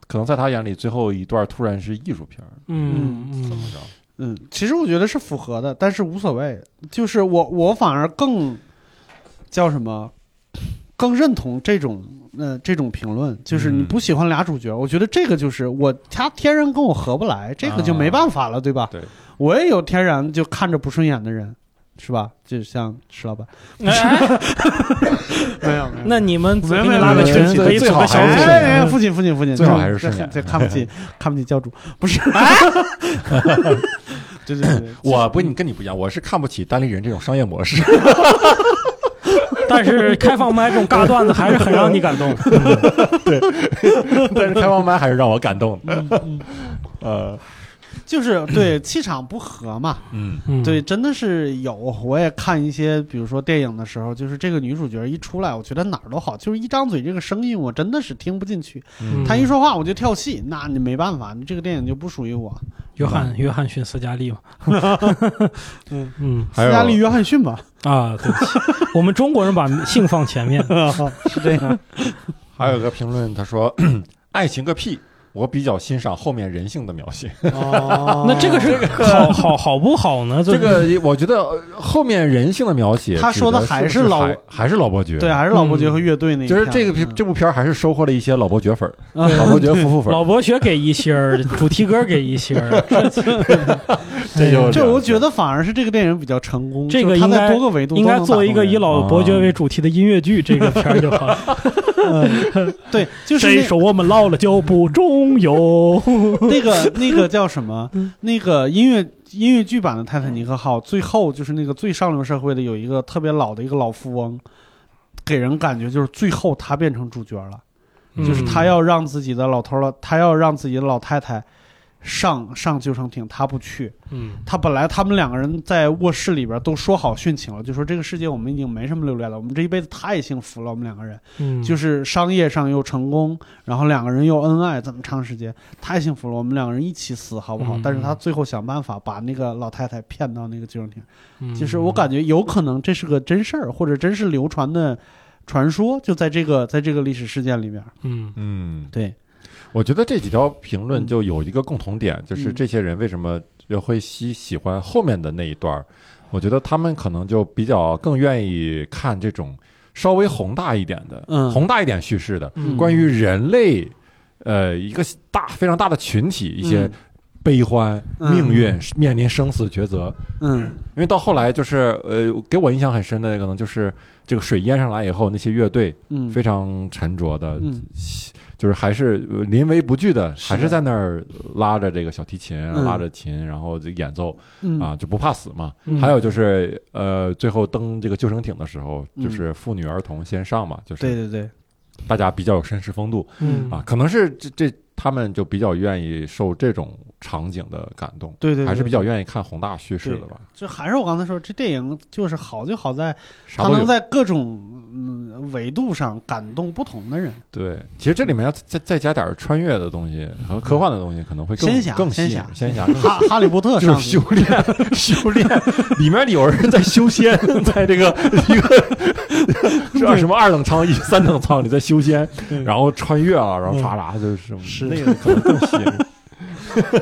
S2: 可能在他眼里，最后一段突然是艺术片儿，
S3: 嗯
S2: 怎
S3: 嗯
S2: 么着？
S4: 嗯，其实我觉得是符合的，但是无所谓。就是我我反而更叫什么，更认同这种呃这种评论，就是你
S2: 嗯
S4: 不喜欢俩主角，我觉得这个就是我他天然跟我合不来，这个就没办法了，对吧？
S2: 对，
S4: 我也有天然就看着不顺眼的人。是吧？就像石老板，
S3: 哎，
S4: 没有没有，
S3: 那你们
S4: 没有
S3: 给你
S4: 没有
S3: 拉个群，
S2: 没有
S3: 可以组
S2: 最好
S3: 个小
S2: 还
S3: 组
S2: 是。
S4: 哎，父亲父亲父亲，
S2: 最好还是顺
S4: 这
S2: 眼
S4: 这看不起看不起教主，不是？对对对对，
S2: 我不，你跟你不一样，我是看不起单立人这种商业模式。
S3: 但是开放麦这种尬段子还是很让你感动。
S2: 但是开放麦还是让我感动
S4: 嗯
S2: 的。呃，
S4: 就是对气场不合嘛，
S2: 嗯，
S3: 嗯
S4: 对，，真的是有。我也看一些，比如说电影的时候，就是这个女主角一出来，我觉得哪儿都好，就是一张嘴这个声音，我真的是听不进去。
S2: 嗯
S4: 她一说话我就跳戏，那你没办法，你这个电影就不属于我。
S3: 约翰
S4: 嗯
S3: 约翰逊斯嘉丽 嘛，嗯 嗯
S2: 还
S4: 斯嘉丽·
S2: 有
S4: 约翰逊 吧，
S3: 啊，对不起，我们中国人把性放前面。
S4: 是这样。
S2: 还有一个评论他说：“ 爱情个屁！”我比较欣赏后面人性的描 写，
S4: 哦
S3: 那这个是好好好不好呢？
S2: 这
S3: 就是
S2: 个我觉得呃后面人性的描写，
S4: 他说的还
S2: 是
S4: 是老
S2: 不是还还是老伯爵，
S4: 对，，还是老伯爵和乐队那一
S2: 就是
S4: 片
S2: 这个片
S4: 嗯
S2: 这部片儿还是收获了一些老伯爵粉儿，
S4: 嗯
S2: 老伯爵夫妇粉儿，
S3: 老伯爵给一星儿， 主题歌给一星儿，
S2: 这就
S4: 就我觉
S2: 得
S4: 得反而是这个电影比较成功，
S3: 这个
S4: 就是它
S3: 应该
S4: 在多个维度
S3: 应该
S4: 都能打
S3: 做一个
S4: 动人
S3: 以老伯爵为主题的音乐剧，这个片儿就好。
S4: 对， 就是
S3: 这
S4: 那
S3: 首我们老了就不中用。
S4: 那个那个叫什么？那个音乐音乐剧版的《泰坦尼克号》，最后就是那个最上流社会的有一个特别老的一个老富翁，给人感觉就是最后他变成主角了，
S3: 嗯
S4: 就是他要让自己的老头儿老，他要让自己的老太太上上救生艇，他不去。
S3: 嗯，
S4: 他本来他们两个人在卧室里边都说好殉情了，就说这个世界我们已经没什么留恋了，我们这一辈子太幸福了，我们两个人。
S3: 嗯，
S4: 就是是商业上又成功，然后两个人又恩爱，这么长时间太幸福了，我们两个人一起死好不好？
S3: 嗯
S4: 但是他最后想办法把那个老太太骗到那个救生艇，
S3: 嗯
S4: 就是我感觉有可能这是个真事儿，或者真是流传的传说，就在这个在这个历史事件里面。
S3: 嗯
S2: 嗯，
S4: 对，
S2: 我觉得这几条评论就有一个共同点，就是
S4: 嗯
S2: 这些人为什么又会喜喜欢后面的那一段儿？我觉得他们可能就比较更愿意看这种稍微宏大一点的、
S4: 嗯
S2: 宏大一点叙事的，
S3: 嗯
S2: 关于人类，呃，一个大非常大的群体一些
S4: 嗯
S2: 悲欢、
S4: 嗯
S2: 命运面临生死抉择。
S4: 嗯
S2: 因为到后来就是，呃，给我印象很深的可能就是这个水淹上来以后，那些乐队
S4: 嗯
S2: 非常沉着的，
S4: 嗯
S2: 就是还是呃临危不惧的，
S4: 是的
S2: 还是在那儿拉着这个小提琴，啊
S4: 嗯
S2: 拉着琴，然后就演奏
S4: 嗯
S2: 啊，就不怕死嘛。
S3: 嗯
S2: 还有就是，呃，最后登这个救生艇的时候，
S4: 嗯
S2: 就是妇女儿童先上嘛，就
S4: 对
S2: 是
S4: 对对，
S2: 大家比较有绅士风度
S3: 嗯
S2: 啊，可能是这这他们就比较愿意受这种场景的感动，
S4: 对对对
S2: 还是比较愿意看宏大叙事的吧。
S4: 就还是我刚才说，这电影就是好就好在
S2: 啥
S4: 它
S2: 都
S4: 能
S2: 有。
S4: 在各种嗯维度上感动不同的人。
S2: 对，其实这里面要再再加点儿穿越的东西和科幻的东西，可能会更
S4: 仙侠
S2: 更吸引
S4: 仙侠
S2: 仙侠
S4: 哈哈利波 特
S2: 就
S4: 上
S2: 是
S4: 去
S2: 修炼， 修炼，里面有人在修仙，在这个一 个这什么二等舱、一三等舱里在修仙，然后穿越啊，然后唰啦就是
S4: 是
S2: 那个可能更吸 引。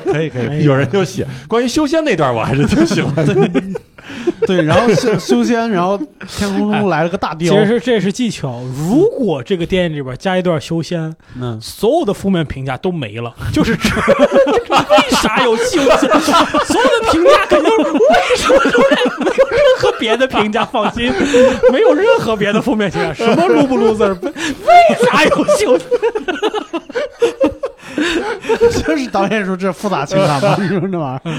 S4: 可以可以
S3: 哎
S2: 有人就写关于修仙那段，我还是挺喜欢的。
S4: 对，然后修修仙，然后天空中来了个大
S3: 其
S4: 雕，
S3: 实是这是技巧。如果这个电影里边加一段修仙，
S4: 嗯，
S3: 所有的负面评价都没了，就是这为啥有修仙？所有的评价肯定是为什么路人没有任何别的评价，放心，没有任何别的负面评价，什么 loser 不 loser，为啥有修仙？
S4: 就是导演说这复杂情感 吧，你说这玩意儿，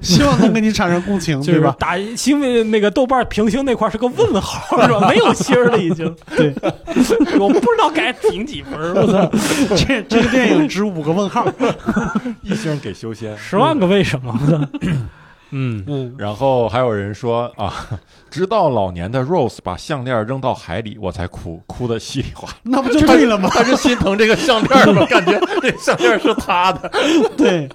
S4: 希望能跟你产生共 情，
S3: 就
S4: 对
S3: 是
S4: 吧？
S3: 打新闻那个豆瓣评星那块儿是个问号， 是吧？没有星儿了已经。
S4: 对，
S3: 我不知道该评几分儿，我 操，
S4: 这这个电影值五个 问号，
S2: 一星给修仙，
S3: 十万个为什么，我操，嗯。
S4: 嗯，
S2: 然后还有人说啊，直到老年的 Rose 把项链扔到海里，我才哭，哭的稀里哗 啦。
S4: 那不就对了 吗？
S2: 他是心疼这个项链吗？感觉这项链是他 的。
S4: 对，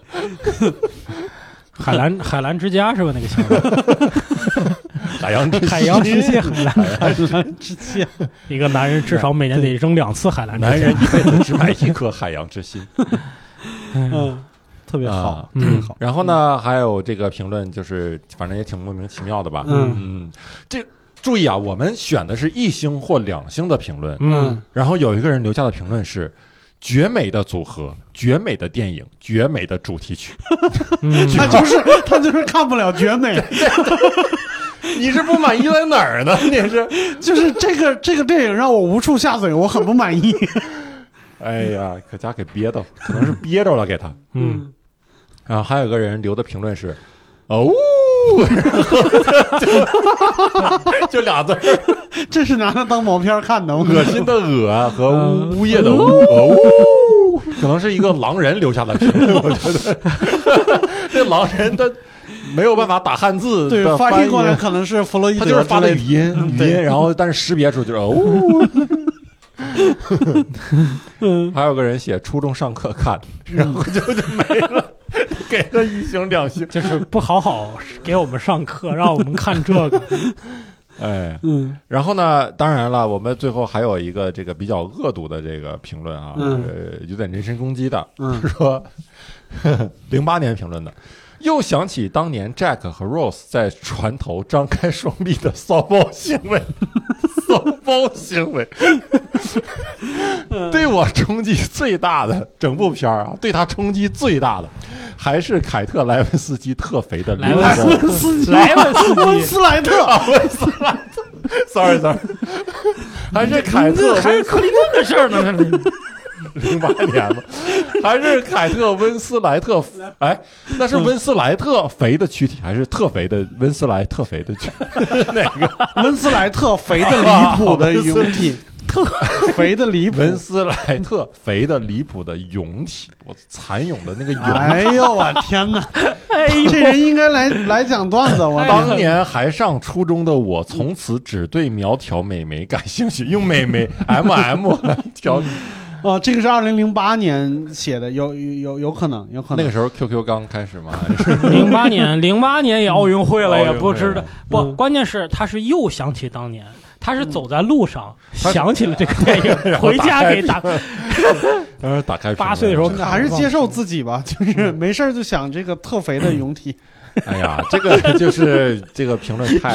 S3: 海蓝海蓝之家是吧？那个项 目，
S2: 海洋之
S3: 海洋之界，海蓝，
S4: 之前
S3: 一个男人至少每年得扔两 次海蓝之
S2: 男
S3: 家
S2: 人。一辈子只买一颗海洋之 心，
S3: 嗯
S4: 嗯，特别好
S2: 啊，
S4: 特别
S3: 嗯
S4: 好，
S2: 然后呢，还有这个评论，就是反正也挺莫名其妙的吧。
S4: 嗯
S2: 嗯，这注意啊，我们选的是一星或两星的评论，
S3: 嗯，
S2: 然后有一个人留下的评论是。绝美的组合，绝美的电影，绝美的主题曲。
S3: 嗯
S4: 他就是他就是看不了绝美，
S2: 你是不满意在哪儿 呢？你是，
S4: 就是这个这个电影让我无处下嘴，我很不满意。
S2: 哎呀，可家给憋到，可能是憋着了给他。
S3: 嗯，
S2: 然后还有个人留的评论是， 哦，就就俩字儿
S4: 这是拿它当毛片看的，我
S2: 恶心的恶啊和
S3: 嗯
S2: 呜咽的呜，哦呜，可能是一个狼人留下的评论，我觉得 这狼人他没有办法打汉字
S4: 对
S2: 的
S4: 翻
S2: 翻啊
S4: 译过来可能是弗洛伊
S2: 他
S4: 德
S2: 就是发
S4: 之
S2: 的
S4: 类
S2: 语音语
S4: 嗯对
S2: 音，然后但是识别出就是哦呜。
S4: 嗯
S2: 还有个人写初中上课看，然后 就就没了，给了一星两星。
S3: 就是不好好给我们上课，让我们看这个。
S2: 哎，
S4: 嗯
S2: 然后呢，当然了，我们最后还有一个这个比较恶毒的这个评论啊，
S4: 嗯
S2: 呃，有点人身攻击的，
S4: 嗯
S2: 说零八年评论的，又想起当年 Jack 和 Rose 在船头张开双臂的骚包行为， 骚包行 为，对我冲击最大的整部片儿啊，对他冲击最大的还是凯特莱文斯基特肥的
S3: 莱
S2: 刘
S3: 文
S2: 文
S3: 斯基，莱文斯
S4: 温
S3: 基，
S4: 斯莱特，
S2: 啊，sorry sorry，还是凯特
S3: 这还是克林顿的事儿呢，这里
S2: 零八年吧， 还是凯特温斯莱特？哎，那
S3: 嗯
S2: 是温斯莱特肥的躯体，还是特肥的温斯莱特肥的躯
S3: 嗯
S2: 体？哪个？
S4: 温斯莱特肥的离谱的
S2: 温
S4: 勇
S2: 斯
S4: 体，特 肥的离谱。
S2: 温斯莱特肥的离谱的勇体，我蚕蛹的那个蛹。
S4: 哎呦我天哪！
S3: 哎
S4: 这人应该来来讲段子，我
S2: 当年还上初中的我，从此只对苗条美眉感兴趣，用美眉 M M 来调。
S4: 啊，这个是二零零八年写的，有有有有可能，有可
S2: 那
S4: 能。
S2: 个时候 Q Q 刚开始嘛，
S3: 零八年，零八年也奥运会了，
S2: 嗯
S3: 也不知
S2: 奥运
S3: 道
S2: 会了。
S3: 不，
S4: 嗯
S3: 关键是他是又想起当年，他是走在路上
S2: 他是
S3: 想起了这个电影，
S2: 然后
S3: 回
S2: 打
S3: 家
S2: 开
S3: 给打。
S2: 当时打开
S3: 八岁的时候
S4: 还是接受自己吧，就是
S2: 嗯
S4: 没事儿就想这个特肥的勇体，
S2: 哎呀，这个就是这个评 论太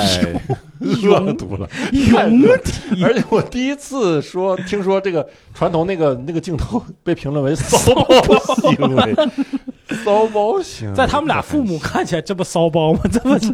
S2: 恶毒了，
S3: 勇
S2: 体。而且我第一次说，听说这个船头那个那个镜头被评论为 骚包行为，骚包行为，
S3: 在他们俩父母看起来，这不骚包吗？ 这不是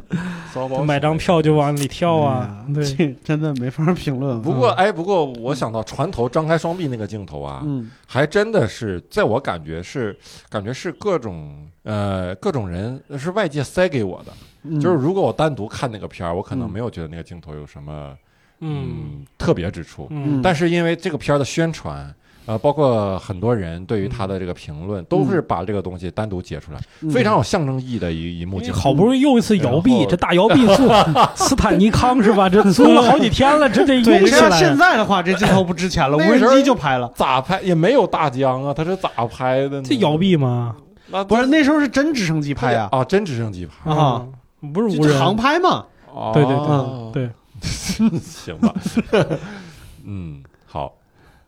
S2: 骚包行为
S3: 买张。票就往里跳
S4: 嗯
S3: 啊？对，
S4: 哎这真的没法评论。
S2: 嗯不过，哎，不过我想到船头张开双臂那个镜头啊，
S4: 嗯，
S2: 还真的是，在我感觉是，感觉是各种呃各种人是外界塞给我的。
S4: 嗯，
S2: 就是如果我单独看那个片儿，我可能
S4: 嗯
S2: 没有觉得那个镜头有什么
S3: 嗯
S2: 特别之处。
S3: 嗯，
S2: 但是因为这个片儿的宣传，呃，包括很多人对于
S3: 嗯
S2: 他的这个评论，都是把这个东西单独解出来，
S4: 嗯
S2: 非常有象征意义的一一幕
S3: 因为
S2: 镜
S3: 好
S2: 头。
S3: 不容易又一次摇臂，
S2: 然后
S3: 这大 摇臂做斯坦尼康是吧？这做了好几天了，这得
S4: 对，
S3: 用起
S4: 这要
S3: 来
S4: 现。在的话，这镜头不值钱了，无
S2: 那个
S4: 人
S2: 时候嗯
S4: 机就拍了。
S2: 咋拍也没有大疆啊，他是咋拍的呢？
S3: 这摇臂吗？
S2: 那
S4: 不是那时候是真直升机拍呀，
S2: 啊，真直升机拍
S4: 啊
S3: 嗯，不是
S4: 就
S3: 无
S4: 是
S3: 人
S4: 航拍啊嘛。
S2: 哦
S3: 对对对对，
S2: 行吧， 嗯，好，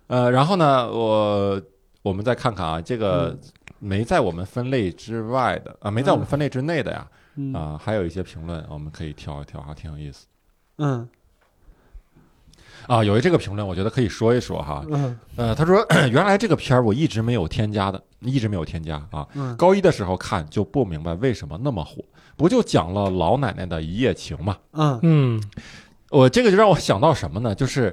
S2: 呃，然后呢，我我们再看看啊，这个没在我们分类之外的啊，没在我们分类之内的呀，
S4: 嗯
S2: 啊，还有一些评论我们可以挑一挑，还挺有意思。
S4: 嗯
S2: 啊，有一这个评论，我觉得可以说一说哈。
S4: 嗯
S2: 呃，他说 原来这个片儿我一直没有添加的，一直没有添加啊。
S4: 嗯
S2: 高一的时候看就不明白为什么那么火，不就讲了老奶奶的一夜情嘛？
S4: 嗯
S3: 嗯，
S2: 我这个就让我想到什么呢？就是。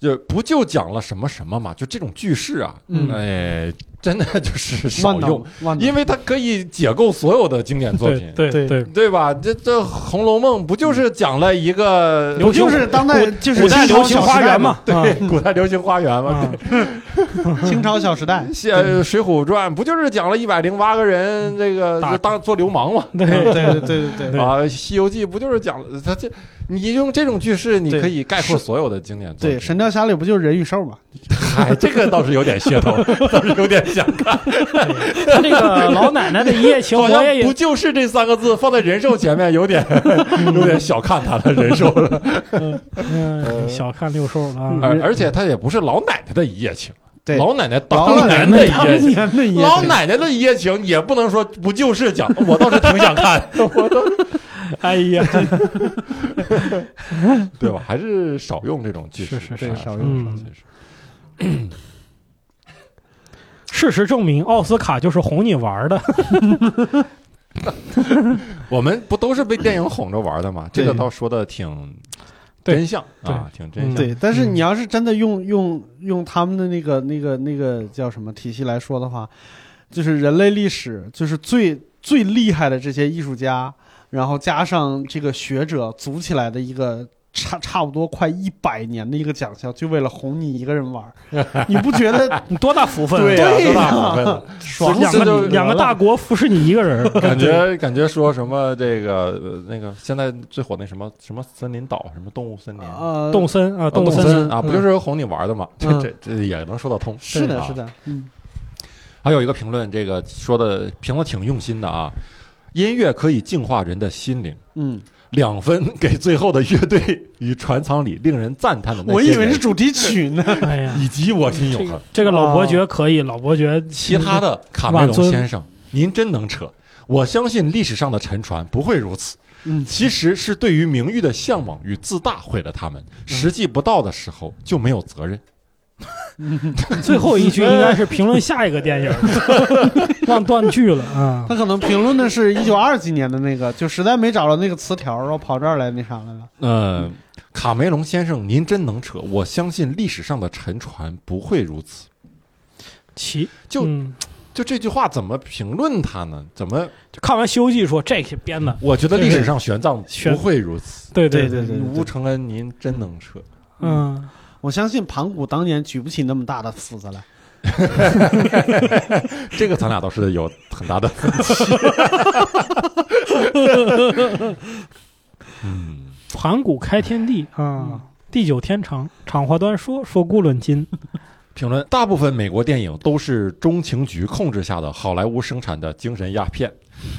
S2: 就不就讲了什么什么嘛？就这种句式啊，
S4: 嗯
S2: 哎，真的就是少
S4: 万能
S2: 用，
S4: 万能
S2: 因为它可以解构所有的经典作品
S3: 对，对
S4: 对嗯
S3: 对，
S2: 对吧？这这《红楼梦》不就是讲了一个
S3: 流行
S4: 就是当代
S3: 古
S4: 就是
S3: 古代
S4: 清朝
S3: 流行
S4: 小
S3: 花
S4: 时代
S3: 园嘛，啊
S2: 对 古代流行花园嘛？
S4: 嗯
S3: 啊
S4: 清朝小时代。
S2: 写《水浒传》不就是讲了一百零八个人这个
S3: 打
S2: 就当做流氓嘛？
S3: 嗯对对
S4: 对对对嗯对对
S2: 啊，《西游记》不就是讲了他这？你用这种句式，你
S4: 对
S2: 可以概括所有的经典作
S4: 对，
S2: 品。
S4: 《神雕侠侣》不就是人 与兽嘛？
S2: 嗨，这个倒是有点噱 头，倒是有点想看。
S3: 那个老奶奶的一夜情，
S2: 好
S3: 我
S2: 像
S3: 也
S2: 不
S3: 有
S2: 就是这三个字放在人寿前面，有 点有点小看他的人寿了。呃
S3: 嗯，小看六兽了啊。
S2: 而而且他也不是老奶奶的一夜情，
S4: 对，
S2: 老奶奶当
S4: 老奶
S2: 年的一
S4: 奶
S2: 夜情。
S4: 年的一夜
S2: 老
S4: 情
S2: 奶奶的一夜情也不能说不就是讲，我倒是挺想看，我倒
S3: 哎呀，
S2: 对吧？还是少用这种句式，
S3: 是是
S4: 对
S2: 啊
S4: 少
S3: 用
S2: 这种句
S3: 少
S2: 式。
S3: 事实证明，奥斯卡就是哄你玩儿的。
S2: 我们不都是被电影哄着玩的吗？这
S4: 对
S2: 个倒说的挺
S3: 对
S2: 真相啊，挺真相。
S3: 嗯
S4: 对，但是你要是真的用用用他们的那个那个那个叫什么体系来说的话，就是人类历史，就是最最厉害的这些艺术家，然后加上这个学者组起来的一个。差 差不多快一百年的一个奖项，就为了哄你一个人玩儿， 你不觉得？
S3: 你多大福分？
S2: 对呀，多大
S4: 对啊 呀
S2: 好 分！
S3: 爽
S2: 这
S3: 两
S2: 这就，
S3: 个两个大国服侍你一个人
S2: 感觉感觉说什么这个呃那个现在最火那什么什么森林岛什么动物森林啊
S4: 呃，
S3: 动森啊，
S2: 动
S3: 动
S2: 森
S3: 森
S2: 啊，不就是哄你玩的吗？这
S4: 嗯
S2: 这这也能说得通。
S4: 是的，
S2: 啊
S4: 是。的，嗯，
S2: 还有一个评论，这个说的评论挺用心的啊，音乐可以净化人的心灵。
S4: 嗯，
S2: 两分给最后的乐队与船舱里令人赞叹的那
S4: 我
S2: 些
S4: 以为
S2: 人
S4: 是主题曲 呢。
S3: 哎呀，
S2: 以及我心永
S3: 这
S2: 恒
S3: 个。这个老伯爵可以，老伯爵
S2: 其他的卡梅隆先生，您真能扯。我相信历史上的沉船不会如此，
S4: 嗯
S2: 其实是对于名誉的向往与自大毁了他们。
S4: 嗯
S2: 时机不到的时候就没有责任。
S3: 最后一句应该是评论下一个电影，忘断句了啊。
S4: 他可能评论的是一九二几年的那个，就实在没找着那个词条，然后跑这儿来那啥来了。呃
S2: 嗯，卡梅隆先生，您真能扯。我相信历史上的沉船不会如此。
S3: 其
S2: 就
S3: 嗯
S2: 就这句话怎么评论他呢？怎么？
S3: 就看完《西游记》说这是编的，
S2: 我觉得历史上玄奘
S3: 玄
S2: 不会如此。
S3: 对
S4: 对
S3: 对，
S4: 对
S2: 吴承恩，您真能扯。
S3: 嗯，
S4: 我相信盘古当年举不起那么大的斧子 来。
S2: 这个咱俩倒是有很大的分歧。嗯，
S3: 盘古开天地啊，地久天长，长话短说，说古论今。
S2: 评论：大部分美国电影都是中情局控制下的好莱坞生产的精神鸦片。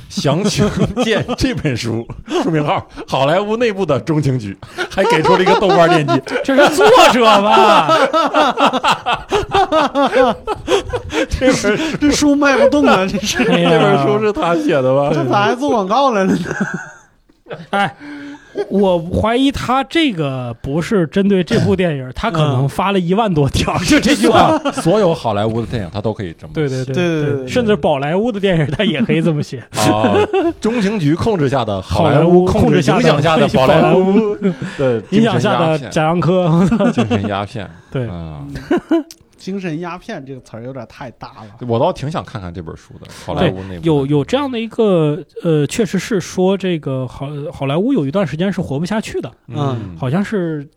S2: 详情见这本书，书名号《好莱坞内部的中情局》，还给出了一个豆瓣链接。
S3: 这是作者吧？
S2: 这本书
S4: 这书卖不动啊，这是。
S3: 哎
S2: 这
S3: 呀
S2: 本书是他写的
S4: 这
S2: 吧？
S4: 咋还做广告来了呢？
S3: 哎，我怀疑他这个不是针对这部电影，他可能发了一万多条， 就这句话。
S2: 啊 所有好莱坞的电影他都可以这么
S3: 对对
S2: 写
S3: 对
S4: 对对对
S3: 甚至宝莱坞的电影他也可以这么写。
S2: 啊，中情局控制下的好莱
S3: 莱
S2: 坞
S3: 控
S2: 制
S3: 制
S2: 影
S3: 下
S2: 响下的好
S3: 宝
S2: 莱坞
S3: 坞，
S2: 的
S3: 影响下的
S2: 精神鸦片
S3: 贾樟 柯。
S2: 精神鸦片。
S3: 对，
S2: 啊，
S4: 精神鸦片这个词儿有点太大了。
S2: 我倒挺想看看这本书的，好莱坞内部
S3: 有有这样的一个呃，确实是说这个好好莱坞有一段时间是活不下去的，
S4: 嗯
S3: 好像是。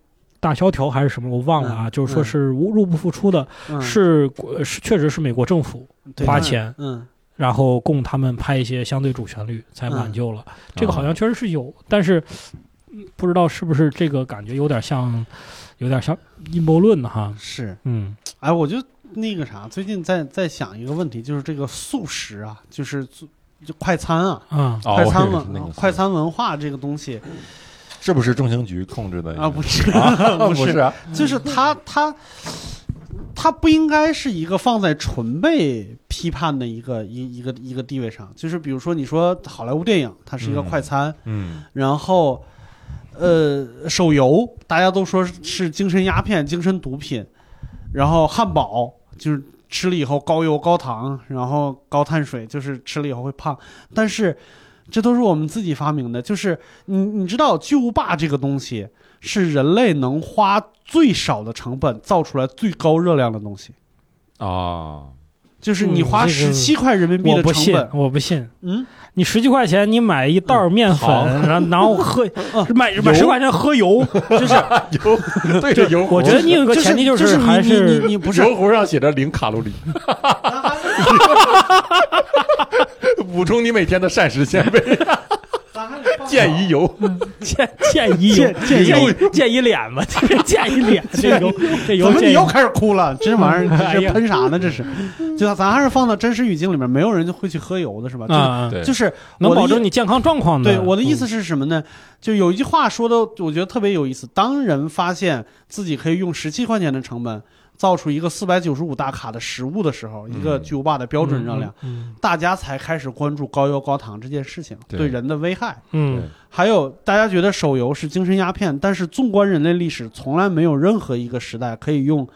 S3: 大萧条还是什么，我忘了啊。
S4: 嗯
S3: 就是说是无入不敷出的，
S4: 嗯，
S3: 是国是确实是美国政府，
S4: 对
S3: 花钱
S4: 嗯，
S3: 然后供他们拍一些相对主旋律才挽
S4: 嗯
S3: 救了。这个
S2: 啊
S3: 好像确实是有，但是嗯不知道是不是这个感觉有点像，有点像阴谋论呢哈
S4: 嗯。是。
S3: 嗯，
S4: 哎，我就那个啥，最近在在想一个问题，就是这个素食啊，就是就就快餐啊。
S3: 啊，
S2: 哦
S4: 快餐
S2: 我以为
S4: 文、
S2: 是那个
S4: 快餐文化这个东西
S2: 是不是中情局控制的
S4: 啊，不是，
S2: 啊
S4: 不
S2: 不
S4: 是
S2: 是啊
S4: 就是它它它不应该是一个放在纯被批判的一个一一个一个地位上。就是比如说，你说好莱坞电影，它是一个
S2: 嗯
S4: 快餐，
S2: 嗯
S4: 然后呃，手游大家都说是精神鸦片、精神毒品，然后汉堡就是吃了以后高油、高糖，然后高碳水，就是吃了以后会胖。但是这都是我们自己发明的，就是你你知道巨无霸这个东西是人类能花最少的成本造出来最高热量的东西。
S2: 啊，
S4: 就是你
S3: 嗯
S4: 花
S3: 这
S4: 十
S3: 个
S4: 七块人民币
S3: 我
S4: 的
S3: 不
S4: 成
S3: 信
S4: 本，，
S3: 我不信。
S4: 嗯，
S3: 你十几块钱，你买一袋儿面粉，
S2: 好
S3: 然后然后喝，
S4: 嗯
S3: 买买十块钱喝油，就是
S2: 油对着油壶，
S3: 我觉得你有一个
S4: 就
S3: 前提
S4: 就是
S3: 还
S4: 你你你
S3: 是
S4: 你 不是
S2: 油壶上写着零卡路 里，补充你每天的膳食纤维， 健怡 油，
S3: 见见一油
S4: 见见油
S3: 见见一脸吧， 见一脸，这油这
S4: 怎
S3: 油
S4: 么
S3: 见
S4: 你
S3: 一
S4: 又开始哭了？这玩意 儿
S3: 哎
S4: 这是
S3: 呀
S4: 喷啥呢？这是，就咱还是放到真实语境里面，没有人就会去喝油的是吧？
S3: 啊嗯啊，
S2: 对
S4: 就就是
S3: 能
S4: 我的
S3: 保证
S4: 意。
S3: 你健康状况的。
S4: 对我的意思是什么呢？就有一句话说的，我觉得特别有意思。当人发现自己可以用十七块钱的成本造出一个四百九十五大卡的食物的时候，一个
S2: 嗯
S4: 巨无霸的标准热量，
S3: 嗯，
S4: 大家才开始关注高油高糖这件事情
S2: 对
S4: 对人的危害。
S3: 嗯，
S2: 对
S3: 嗯，
S4: 还有大家觉得手游是精神鸦片，但是纵观人类历史，从来没有任何一个时代可以用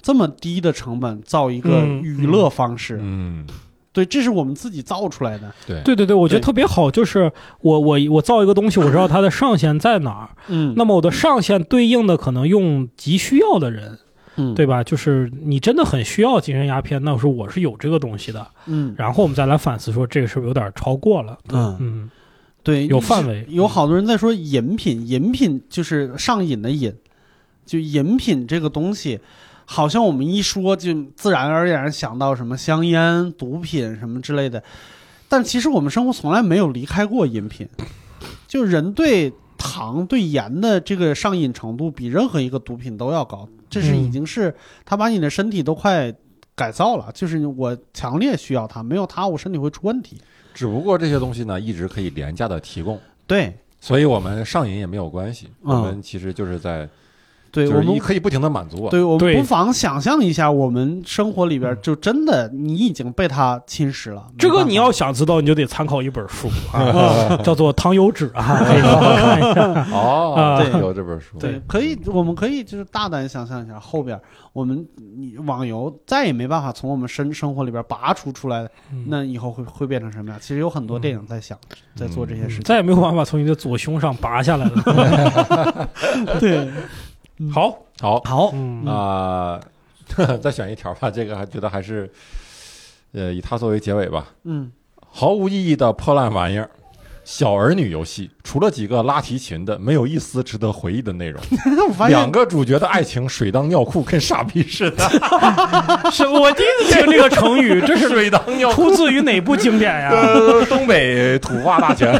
S4: 这么低的成本造一个
S3: 嗯
S4: 娱乐方式。
S2: 嗯，
S4: 对，这是我们自己造出来的。
S2: 对
S3: 对对对，我觉得
S4: 对
S3: 特别好，就是我我我造一个东西，我知道它的上限在哪儿，
S4: 嗯，
S3: 那么我的上限对应的可能用急需要的人，
S4: 嗯
S3: 对，吧？就是你真的很需要精神鸦片，那我说我是有这个东西的，
S4: 嗯
S3: 然后我们再来反思说这个是不是有点超过了？
S4: 嗯，
S3: 嗯，
S4: 对，
S3: 有范围
S4: 有好多人在说饮品，饮品就是上瘾的瘾，就饮品这个东西，好像我们一说就自然而然想到什么香烟、毒品什么之类的，但其实我们生活从来没有离开过饮品，就人对糖、对盐的这个上瘾程度比任何一个毒品都要高，这是
S3: 嗯
S4: 已经是它把你的身体都快。改造了，就是我强烈需要它，没有它我身体会出问题。
S2: 只不过这些东西呢，一直可以廉价的提供。
S4: 对，
S2: 所以我们上瘾也没有关系，我
S4: 嗯
S2: 们其实就是在，
S4: 对
S2: 就
S4: 我
S2: 是你
S4: 们。
S2: 可以不停的满足我。
S4: 对，我们
S3: 对
S4: 不妨想象一下，我们生活里边
S2: 嗯
S4: 就真的你已经被它侵蚀了。
S3: 这个
S4: 没办法
S3: 你要想知道，你就得参考一本书啊，叫做《糖油纸》啊，可以好好看一下。
S2: 哦
S3: 啊，
S2: 对，有这本书，
S4: 对，可以，我们可以就是大胆想象一下，后边我们你网游再也没办法从我们生生活里边拔除出
S2: 嗯
S4: 来，
S3: 嗯
S4: 那以后会会变成什么样？其实有很多电影在想，在做这些
S3: 嗯
S4: 事情。
S3: 再也没有办法从你的左胸上拔下来了。
S4: 对，
S3: 好，
S2: 好
S4: 好，
S3: 嗯
S2: 啊， 再选一条吧，这个还觉得还是，呃，以它作为结尾吧。
S4: 嗯，
S2: 毫无意义的破烂玩意儿，小儿女游戏，除了几个拉提琴的，没有一丝值得回忆的内容。
S4: 我发
S2: 两
S4: 现
S2: 个主角的爱情水当尿裤，跟傻逼似 的。
S3: 是我第一次听这个成 语，这是
S2: 水当尿裤，
S3: 出自于哪部经 典呀？
S2: 呃东北土话大 全，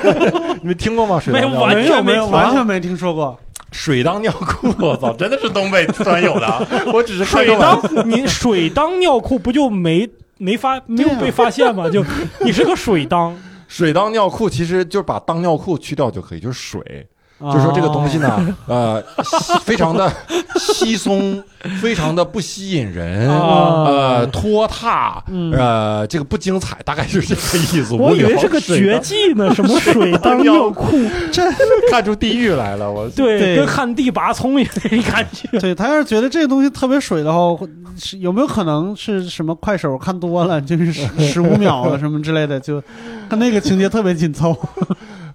S2: 你们听过吗？水当尿
S3: 完
S2: 裤
S3: 全
S4: 没有没有
S3: 没
S4: 完全没听说过，
S2: 水当尿裤，我操，真的是东北突然有的 啊，我只是开个
S3: 水
S2: 玩笑。
S3: 当你水当尿裤不就没没发没有被发现吗？就你是个水当，
S2: 水当尿裤，其实就是把当尿裤去掉就可以，就是水。
S3: 啊
S2: 就说这个东西呢，呃，稀非常的稀松，非常的不吸引人，
S3: 啊
S2: 呃，拖沓，
S4: 嗯
S2: 呃，这个不精彩，大概就是这个意思。
S3: 我
S2: 无
S3: 以
S2: 聊
S3: 为是个
S2: 水
S3: 绝技呢，什么水当尿裤，
S2: 当看出地狱来了， 我
S3: 对，
S4: 对
S3: 跟旱地拔葱一样的感 觉。
S4: 对他要是觉得这个东西特别水的话，会是有没有可能是什么快手看多了，就是十五秒了什么之类的，就跟那个情节特别紧凑。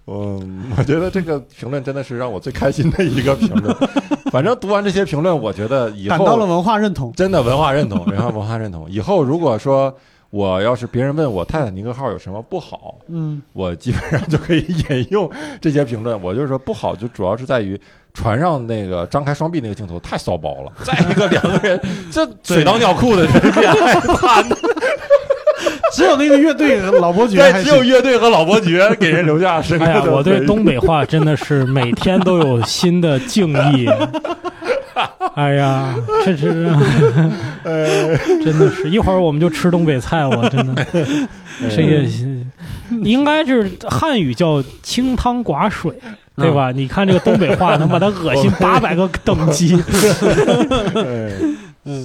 S2: 嗯，我觉得这个评论真的是让我最开心的一个评论。反正读完这些评论，我觉得以
S4: 感到了
S2: 后
S4: 文化认同。
S2: 真的文化认同，文化文化认同。以后如果说我要是别人问我《泰坦尼克号》有什么不好，
S4: 嗯，
S2: 我基本上就可以 引用这些评论。我就是说不好，就主要是在于船上那个张开双臂那个镜头太骚包了。再一个，两个人 这水当尿裤的人变害怕的，
S4: 只有那个乐队老伯爵还
S2: 对，
S4: 是
S2: 只有乐队和老伯爵给人留下深刻
S3: 哎呀，
S2: 的。
S3: 我对东北话真的是每天都有新的敬 意。哎呀，这这 这，真的是一会儿我们就吃东北菜了，真 的。这个应该是汉语叫清汤寡水，对吧？你看这个东北话能把它恶心八百个等 级。
S2: 哎
S4: 嗯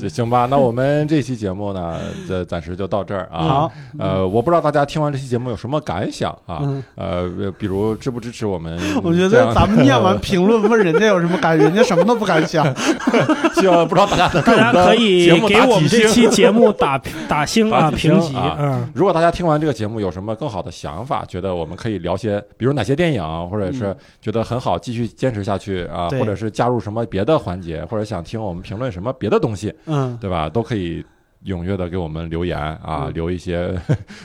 S2: 行吧，那我们这期节目呢，这暂时就到这儿啊。
S4: 好，
S2: 呃，我不知道大家听完这期节目有什么感想啊？
S4: 嗯
S2: 呃，比如支不支持我们
S4: ？我觉
S2: 这样
S4: 得咱们念完评论问人家有什么感，人家什么都不敢想。
S2: 希望不知道大家能给
S3: 大
S2: 我
S3: 家
S2: 们的
S3: 可以
S2: 节目
S3: 给
S2: 打
S3: 我
S2: 几
S3: 们这
S2: 星
S3: 期节目 打打星啊，
S2: 打几
S3: 评
S2: 星
S3: 级，
S2: 啊
S3: 嗯，
S2: 如果大家听完这个节目有什么更好的想法，觉得我们可以聊些，比如哪些电影，或者是觉得很好继续坚持下去啊，
S4: 嗯对
S2: 或者是加入什么别的环节，或者想听我们评论什么别的东西，
S4: 嗯，
S2: 对吧？都可以踊跃的给我们留言啊，
S4: 嗯
S2: 留一些，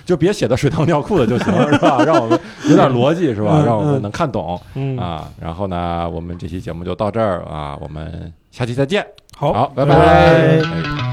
S2: 就别写的水塘尿裤的就行，是吧？ 让我们有点逻辑，是吧？
S4: 嗯
S2: 让我们
S4: 嗯
S2: 能看懂
S3: 嗯，
S2: 啊。然后呢，我们这期节目就到这儿啊，我们下期再见。
S3: 好
S2: 好，拜
S4: 拜
S2: 哎